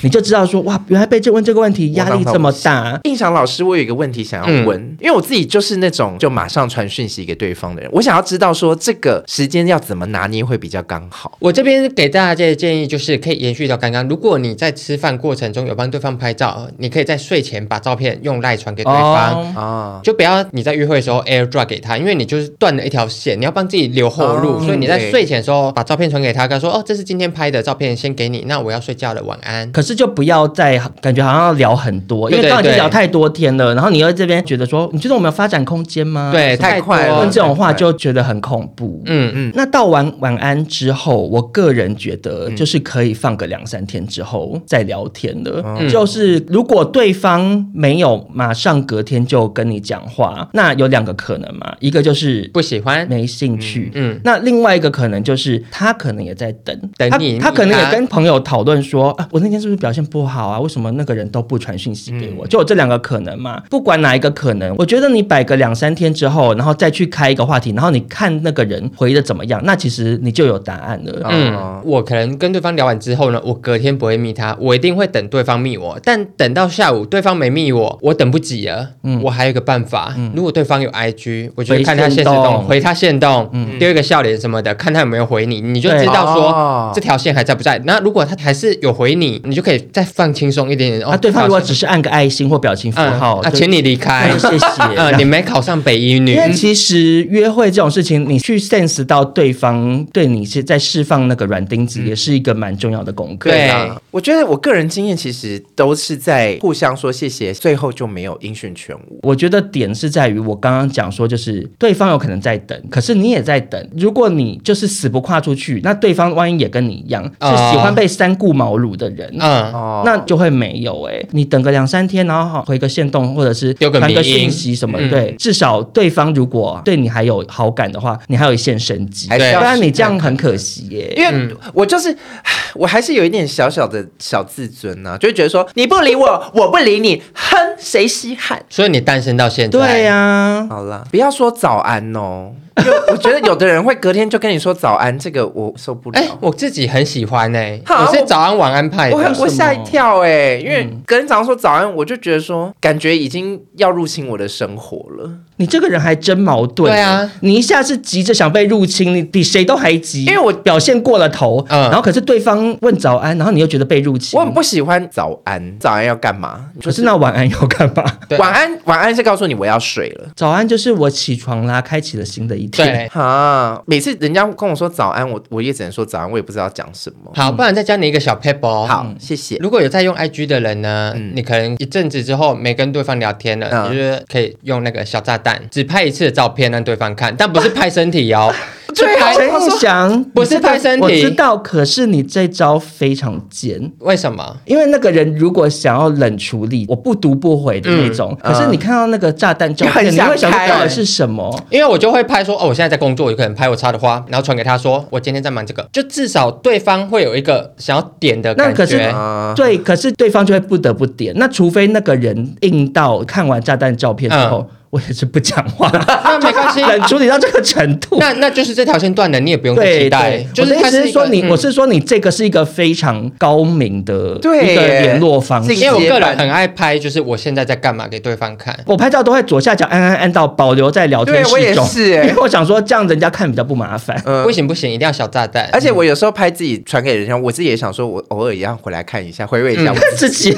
Speaker 2: 你就知道说哇，原来被这问这个问题压力这么 大。
Speaker 4: 印象老师，我有一个问题想要问，
Speaker 2: 嗯
Speaker 4: 因为我自己就是那种就马上传讯息给对方的人，我想要知道说这个时间要怎么拿捏会比较刚好。
Speaker 3: 我这边给大家的建议就是，可以延续到刚刚，如果你在吃饭过程中有帮对方拍照，你可以在睡前把照片用赖传给对方。
Speaker 2: 哦，
Speaker 4: 啊，
Speaker 3: 就不要你在约会的时候 airdrop 给他，因为你就是断了一条线，你要帮自己留后路，
Speaker 4: 哦
Speaker 3: 所以你在
Speaker 4: 对
Speaker 3: 睡前的时候把照片传给他，跟他说哦，这是今天拍的照片，先给你，那我要睡觉了，晚安。
Speaker 2: 可是就不要再感觉好像要聊很多，因为
Speaker 3: 对对
Speaker 2: 刚好已经
Speaker 3: 对
Speaker 2: 聊太多天了，然后你又这边觉得说，你觉得我们有发展空间吗？
Speaker 3: 对，
Speaker 4: 太
Speaker 3: 太
Speaker 4: 快
Speaker 3: 多
Speaker 4: 了
Speaker 2: 问这种话
Speaker 4: 太快
Speaker 2: 就觉得很恐怖。
Speaker 3: 嗯嗯，
Speaker 4: 嗯
Speaker 2: 那道完晚安之后，我个人觉
Speaker 3: 嗯
Speaker 2: 得就是可以放个两三天之后再聊天的。
Speaker 3: 嗯
Speaker 2: 就是如果对方没有马上隔天就跟你讲话，那有两个可能嘛，一个就是
Speaker 3: 不喜欢。
Speaker 2: 没兴趣。
Speaker 3: 嗯嗯
Speaker 2: 那另外一个可能就是他可能也在等
Speaker 3: 等
Speaker 2: 他
Speaker 3: 你
Speaker 2: 他可能
Speaker 3: 你
Speaker 2: 也
Speaker 3: 他
Speaker 2: 跟朋友讨论说、啊，我那天是不是表现不好啊？为什么那个人都不传讯息给
Speaker 3: 嗯
Speaker 2: 我？就有这两个可能嘛。不管哪一个可能，我觉得你摆个两三天之后，然后再去开一个话题，然后你看那个人回的怎么样，那其实你就有答案了。哦
Speaker 3: 嗯，我可能跟对方聊完之后呢，我隔天不会密他，我一定会等对方密我。但等到下午对方没密我，我等不及了。
Speaker 2: 嗯
Speaker 3: 我还有一个办法，如果对方有 IG，我就
Speaker 2: 回
Speaker 3: 看他现实
Speaker 2: 限
Speaker 3: 动，
Speaker 2: 动嗯
Speaker 3: 回他现动，丢一个笑脸什么的，看他有没有回你，你就知
Speaker 4: 对
Speaker 3: 道说
Speaker 4: 哦
Speaker 3: 这条线还在不在。那如果他还是有回你，你就可以再放轻松一点点。哦
Speaker 2: 啊，对方如果只
Speaker 3: 是
Speaker 2: 是按个爱心或表情符
Speaker 3: 嗯，
Speaker 2: 号，
Speaker 3: 啊，
Speaker 2: 就
Speaker 3: 请你离 开，
Speaker 2: 哎谢谢
Speaker 3: 嗯，你没考上北医女
Speaker 2: 因，为其实约会这种事情，你去 sense 到对方对你是在释放那个软钉子，也是一个蛮重要的功课。
Speaker 3: 对
Speaker 4: 啊我觉得我个人经验其实都是在互相说谢谢，最后就没有音讯全无。
Speaker 2: 我觉得点是在于我刚刚讲说，就是对方有可能在等，可是你也在等。如果你就是死不跨出去，那对方万一也跟你一样是
Speaker 3: 哦
Speaker 2: 喜欢被三顾茅庐的人。
Speaker 3: 嗯，
Speaker 4: 哦
Speaker 2: 那就会没有哎、你等个两三天，然后好回个线动，或者是
Speaker 3: 丢个
Speaker 2: 传个
Speaker 3: 迷因
Speaker 2: 讯息什么，
Speaker 3: 嗯
Speaker 2: 对，至少对方如果对你还有好感的话，你还有一线生机。
Speaker 4: 还
Speaker 2: 不
Speaker 4: 是要
Speaker 2: 然你这样很可惜耶、
Speaker 4: 因为我就是， 我还是有一点小小的小自尊呐、就会觉得说你不理我，我不理你，哼，谁稀罕？
Speaker 3: 所以你单身到现在，
Speaker 2: 对呀、
Speaker 4: 好啦，不要说早安哦，因为我觉得有的人会隔天就跟你说早安，这个我受不了。
Speaker 3: 哎、我自己很喜欢呢、
Speaker 4: 好
Speaker 3: 我是早安晚安派
Speaker 4: 我
Speaker 3: 的。
Speaker 4: 我吓一跳哎、因为
Speaker 2: 嗯
Speaker 4: 隔天早上说早安，我就觉得说感觉已经要入侵我的生活了，
Speaker 2: 你这个人还真矛盾。
Speaker 3: 对啊，
Speaker 2: 你一下是急着想被入侵，你比谁都还急，
Speaker 4: 因为我
Speaker 2: 表现过了头，
Speaker 3: 嗯
Speaker 2: 然后可是对方问早安，然后你又觉得被入侵。
Speaker 4: 我很不喜欢早安。早安要干嘛？
Speaker 2: 可是那晚安要干嘛？
Speaker 3: 对
Speaker 4: 晚安，晚安是告诉你我要睡了。
Speaker 2: 早安就是我起床啦，开启了新的一天。
Speaker 3: 对，
Speaker 4: 啊！每次人家跟我说早安，我我也只能说早安，我也不知道讲什么。
Speaker 3: 好，不然再教你一个小 pebble。
Speaker 4: 好，，谢谢。
Speaker 3: 如果有在用 IG 的人呢，
Speaker 4: 嗯
Speaker 3: 你可能一阵子之后没跟对方聊天了，
Speaker 4: 嗯
Speaker 3: 你就是可以用那个小炸弹，只拍一次的照片让对方看，但不是拍身体 哦，是
Speaker 4: 啊
Speaker 3: 拍
Speaker 2: 陈映翔，
Speaker 3: 不是
Speaker 2: 你知道
Speaker 3: 拍身体
Speaker 2: 我知道，可是你这招非常尖。
Speaker 3: 为什么？
Speaker 2: 因为那个人如果想要冷处理，我不读不回的那种，可是你看到那个炸弹照
Speaker 4: 嗯你很
Speaker 2: 片，你
Speaker 4: 想
Speaker 2: 会想
Speaker 4: 开
Speaker 2: 到底是什么？
Speaker 3: 因为我就会拍说，哦，我现在在工作，我就可能拍我插的花，然后传给他说，我今天在忙这个，就至少对方会有一个想要点的
Speaker 2: 那
Speaker 3: 感
Speaker 2: 可是
Speaker 3: 觉。
Speaker 4: 啊
Speaker 2: 对，可是对方就会不得不点。那除非那个人硬到看完炸弹照片之后，
Speaker 3: 嗯
Speaker 2: 我也是不讲 话，
Speaker 3: 那 没关系，
Speaker 2: 冷处理到这个程度。
Speaker 3: 那那就是这条线断了，你也不用再期
Speaker 2: 对
Speaker 3: 待
Speaker 2: 对，，
Speaker 3: 就是
Speaker 2: 我的
Speaker 3: 它
Speaker 2: 意思
Speaker 3: 一
Speaker 2: 是
Speaker 3: 个
Speaker 2: 说你，
Speaker 3: 嗯
Speaker 2: 我是说你这个是一个非常高明的
Speaker 4: 对
Speaker 2: 一个
Speaker 4: 耶
Speaker 2: 联络方
Speaker 4: 这
Speaker 2: 式
Speaker 3: 因为。我个
Speaker 4: 结
Speaker 3: 人
Speaker 4: 伴
Speaker 3: 很爱拍，就是我现在在干嘛给对方看。
Speaker 2: 我拍照都会左下角按按按到保留在聊天
Speaker 4: 对我也
Speaker 2: 室中，
Speaker 4: 是耶
Speaker 3: 欸
Speaker 2: 因为我想说这样人家看比较不麻烦。
Speaker 4: 嗯
Speaker 3: 不行不行，一定要小炸弹。
Speaker 4: 而且我有时候拍自己传给人家，我自己也想说，我偶尔也要回来看一下，回味一下。我
Speaker 2: 看 自己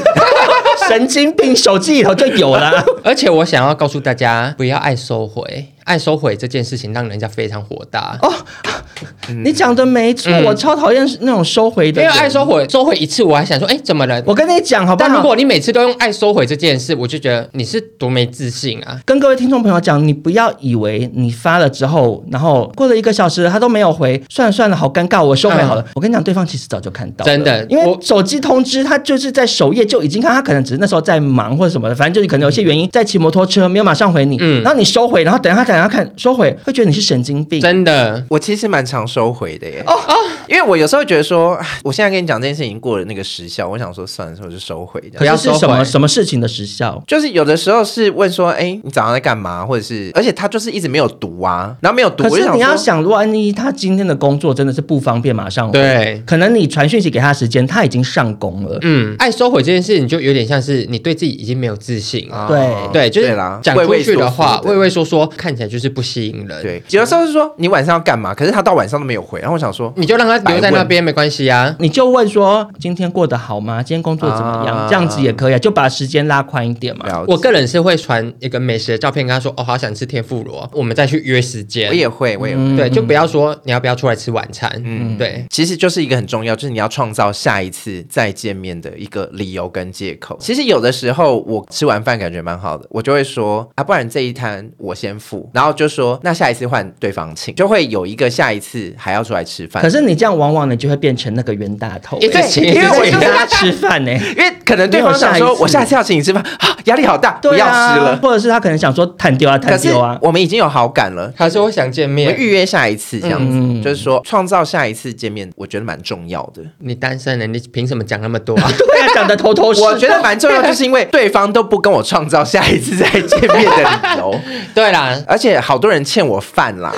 Speaker 2: 神经病，手机里头就有了。
Speaker 3: 而且我想要告诉大家，不要爱收回。按收回这件事情让人家非常火大。
Speaker 2: 哦，
Speaker 3: 嗯
Speaker 2: 你讲的没错，我超讨厌那种收回的
Speaker 3: 因为
Speaker 2: 人，
Speaker 3: 按收回收回一次，我还想说，哎，怎么了？
Speaker 2: 我跟你讲好不好？
Speaker 3: 但如果你每次都用爱收回这件事，我就觉得你是多没自信啊！
Speaker 2: 跟各位听众朋友讲，你不要以为你发了之后，然后过了一个小时他都没有回，算了算了，好尴尬，我收回好了。我跟你讲，对方其实早就看到了，
Speaker 3: 嗯真的
Speaker 2: 因
Speaker 3: 我
Speaker 2: 为手机通知他就是在首页就已经看，他可能只是那时候在忙或者什么的，反正就是可能有些原因在骑摩托车没有马上回你，
Speaker 3: 嗯
Speaker 2: 然后你收回，然后等他等他看收回，会觉得你是神经病。
Speaker 3: 真的，
Speaker 4: 我其实蛮常收回的耶。哦哦，因为我有时候觉得说，唉我现在跟你讲这件事已经过了那个时效，我想说算了，我就收回这
Speaker 2: 可
Speaker 4: 样。
Speaker 2: 是是什
Speaker 3: 不要收回
Speaker 2: 么什么事情的时效？
Speaker 4: 就是有的时候是问说，哎、你早上在干嘛？或者是，而且他就是一直没有读啊，然后没有读，
Speaker 2: 可
Speaker 4: 我就是想
Speaker 2: 你要
Speaker 4: 说
Speaker 2: 想，如果安妮她今天的工作真的是不方便马上回，
Speaker 3: 对
Speaker 2: 可能你传讯息给她的时间，她已经上工了。
Speaker 3: 嗯，爱收回这件事，你就有点像是你对自己已经没有自信啊。
Speaker 2: 对
Speaker 3: 对，就是
Speaker 4: 哦啦，
Speaker 3: 讲
Speaker 4: 畏
Speaker 3: 出
Speaker 4: 畏
Speaker 3: 去
Speaker 4: 缩
Speaker 3: 的
Speaker 4: 缩
Speaker 3: 话，嗯畏畏缩缩，看起来就是不吸引人。，
Speaker 4: 对，有的时候是说你晚上要干嘛，可是他到晚上都没有回，然后我想说，嗯
Speaker 3: 你就让他留在那边没关系啊。
Speaker 2: 你就问说今天过得好吗？今天工作怎么样？
Speaker 4: 啊
Speaker 2: 这样子也可以，啊，就把时间拉宽一点嘛。
Speaker 4: 了解
Speaker 3: 我个人是会传一个美食的照片，跟他说：“哦，好想吃天妇罗，我们再去约时间。”
Speaker 4: 我也嗯会，我也
Speaker 2: 嗯
Speaker 4: 会。
Speaker 3: 对，就不要说你要不要出来吃晚餐。嗯，对，
Speaker 4: 其实就是一个很重要，就是你要创造下一次再见面的一个理由跟借口。其实有的时候我吃完饭感觉蛮好的，我就会说啊，不然这一摊我先付，然后就说那下一次换对方请，就会有一个下一次还要出来吃饭。
Speaker 2: 嗯可是你这样往往呢，就会变成那个冤大头、哎
Speaker 3: 一直请
Speaker 2: 一直
Speaker 4: 因为我
Speaker 2: 请大家吃饭 呢、
Speaker 4: 因为可能对方想
Speaker 2: 没有下
Speaker 4: 说
Speaker 2: 一，次
Speaker 4: 我下次要请你吃饭啊，压力好大，不
Speaker 2: 对
Speaker 4: 要
Speaker 2: 啊，
Speaker 4: 吃了。
Speaker 2: 或者是他可能想说探丢啊，
Speaker 4: 可
Speaker 2: 探
Speaker 4: 是
Speaker 2: 丢啊。
Speaker 4: 我们已经有好感了。
Speaker 3: 还是我想见
Speaker 4: 我们
Speaker 3: 面。
Speaker 4: 预约下一次，这样子、
Speaker 2: 嗯
Speaker 4: 就是说创造下一次见面，我觉得蛮重要的。
Speaker 3: 你单身人，你凭什么讲那 么多啊？
Speaker 2: 对啊，讲的头头是道。
Speaker 4: 我觉得蛮重要，就是因为对方都不跟我创造下一次再见面的理由，
Speaker 3: 对啦，
Speaker 4: 而且好多人欠我饭啦。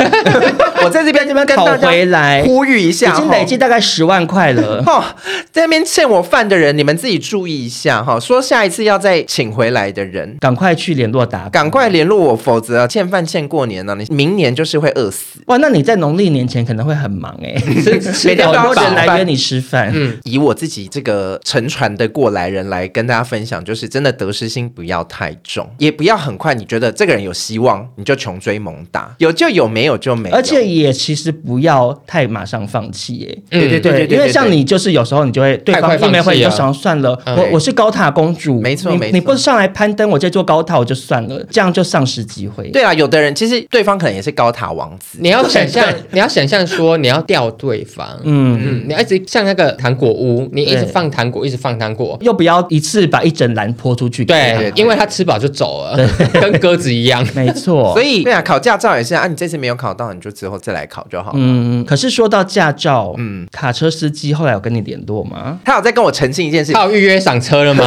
Speaker 4: 我在这边这边跟
Speaker 2: 讨
Speaker 4: 大
Speaker 2: 回
Speaker 4: 家
Speaker 2: 来，
Speaker 4: 呼吁一
Speaker 2: 已
Speaker 4: 下，
Speaker 2: 经累积大概十万块 了。
Speaker 4: 哦，在那边欠我饭的人，你们自己注意一下哈、说下一次要再请回来的人，
Speaker 2: 赶快去联络打
Speaker 4: 赶快联络我，否则欠饭欠过年了、你明年就是会饿死。
Speaker 2: 哇，那你在农历年前可能会很忙哎、
Speaker 3: 吃 吃
Speaker 4: 每天
Speaker 3: 掉
Speaker 4: 都要嗯
Speaker 2: 好
Speaker 3: 饱
Speaker 2: 多人
Speaker 4: 吃
Speaker 2: 来
Speaker 4: 饭
Speaker 2: 约你吃饭。
Speaker 4: 以我自己这个沉船的过来人来跟大家分享，就是真的得失心不要太重，也不要很快你觉得这个人有希望，你就穷追猛打，有就有，没有就没有。嗯
Speaker 2: 而且也其实不要太马上放弃耶、
Speaker 4: 对对对对对，
Speaker 2: 因为像你就是有时候你就会对
Speaker 3: 太快
Speaker 2: 方一没
Speaker 3: 放
Speaker 2: 回
Speaker 3: 弃
Speaker 2: 你
Speaker 3: 了
Speaker 2: 就想算了，
Speaker 3: 嗯
Speaker 2: 我我是高塔公主，
Speaker 4: 没错
Speaker 2: 你
Speaker 4: 没错
Speaker 2: 你不上来攀登我这座高塔我就算了，这样就丧失机会。
Speaker 4: 对啊，有的人其实对方可能也是高塔王子，
Speaker 3: 你要想 象，你要想象说你要钓对方，
Speaker 2: 嗯，
Speaker 3: 嗯，你要一直像那个糖果屋，你一直
Speaker 2: 对
Speaker 3: 放糖果，一直放糖果，
Speaker 2: 又不要一次把一整篮泼出去给他。
Speaker 3: 对，
Speaker 4: 对
Speaker 3: 因为他吃饱就走 了，跟鸽子一样。
Speaker 2: 没错。
Speaker 4: 所以对啊，考驾照也是啊，你这次没有考到，你就之后再来考就好。
Speaker 2: 嗯，可是说到驾照，嗯，卡车司机后来有跟你联络吗？
Speaker 4: 他有在跟我澄清一件事，
Speaker 3: 他有预约赏 车了吗？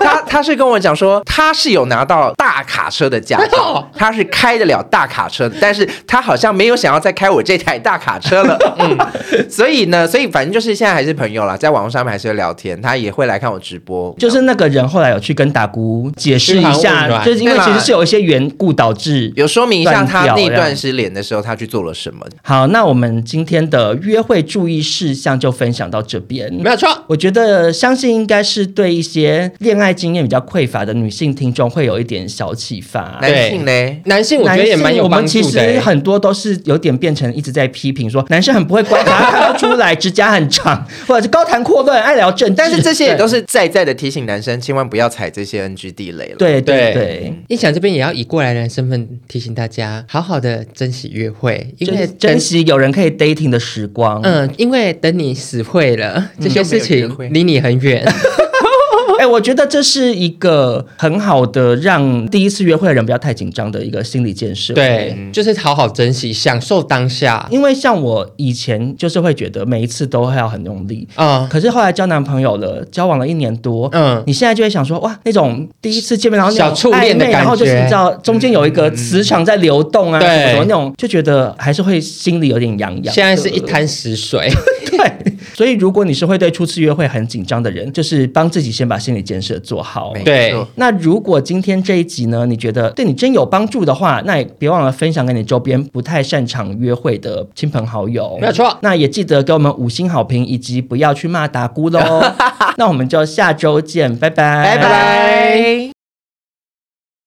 Speaker 4: 他他是跟我讲说，他是有拿到大卡车的驾
Speaker 2: 哎
Speaker 4: 照，他是开得了大卡车的，但是他好像没有想要再开我这台大卡车 了。嗯，所以呢，所以反正就是现在还是朋友啦，在网络上面还是会聊天，他也会来看我直播，
Speaker 2: 就是那个人后来有去跟达姑解释一
Speaker 3: 嘘寒问
Speaker 2: 下，
Speaker 3: 暖
Speaker 2: 就是因为
Speaker 4: 对
Speaker 2: 其
Speaker 4: 啦
Speaker 2: 实是有一些缘故导致。
Speaker 4: 有说明一下他
Speaker 2: 断掉
Speaker 4: 那
Speaker 2: 这样
Speaker 4: 段失联的时候他去做了什么。
Speaker 2: 好，那我们今天的约会注意事项就分享到这边。
Speaker 3: 没有错，
Speaker 2: 我觉得，相信应该是对一些恋爱经验比较匮乏的女性听众会有一点小启发。
Speaker 4: 男性嘞，
Speaker 3: 男性我觉得也蛮
Speaker 2: 男
Speaker 3: 有
Speaker 2: 性我
Speaker 3: 帮
Speaker 2: 们其
Speaker 3: 助的
Speaker 2: 实
Speaker 3: 欸。
Speaker 2: 很多都是有点变成一直在批评说男生很不会观察，看不出来，指甲很长，或者是高谈阔论，爱聊政治。
Speaker 4: 但是这些也都
Speaker 2: 是
Speaker 4: 是在在的提醒男生，千万不要踩这些 NG 地雷了。
Speaker 2: 对
Speaker 3: 对
Speaker 2: 对对，
Speaker 3: 一想这边也要以过来人的身份提醒大家，好好的珍惜约会，因
Speaker 2: 就
Speaker 3: 为
Speaker 2: 是
Speaker 3: 等
Speaker 2: 珍。惜有人可以 dating 的时光。
Speaker 3: 嗯，因为等你死会了，这
Speaker 2: 嗯
Speaker 3: 些事
Speaker 4: 嗯就没有约
Speaker 3: 情
Speaker 4: 会
Speaker 3: 离你很远。
Speaker 2: 哎、我觉得这是一个很好的让第一次约会的人不要太紧张的一个心理建设。
Speaker 3: 对，
Speaker 4: 嗯
Speaker 3: 就是好好珍惜，享受当下。
Speaker 2: 因为像我以前就是会觉得每一次都要很用力，
Speaker 3: 啊，
Speaker 2: 可是后来交男朋友了，交往了一年多，
Speaker 3: 嗯
Speaker 2: 嗯，你现在就会想说，哇，那种第一次见面，然后那种
Speaker 3: 小触恋的
Speaker 2: 暧昧
Speaker 3: 感觉嗯
Speaker 2: 然后就是你知道中间有一个磁场在流动啊，
Speaker 3: 对
Speaker 2: 什么那种，就觉得还是会心里有点痒痒的。
Speaker 3: 现在是一滩死水。
Speaker 2: 对，所以如果你是会对初次约会很紧张的人，就是帮自己先把心理建设做好。
Speaker 4: 没
Speaker 3: 对
Speaker 4: 错
Speaker 2: 那如果今天这一集呢，你觉得对你真有帮助的话，那也别忘了分享给你周边不太擅长约会的亲朋好友。
Speaker 3: 没有错
Speaker 2: 那也记得给我们五星好评，以及 不要去骂达姑喽。那我们就下周见，拜拜，
Speaker 4: 拜拜。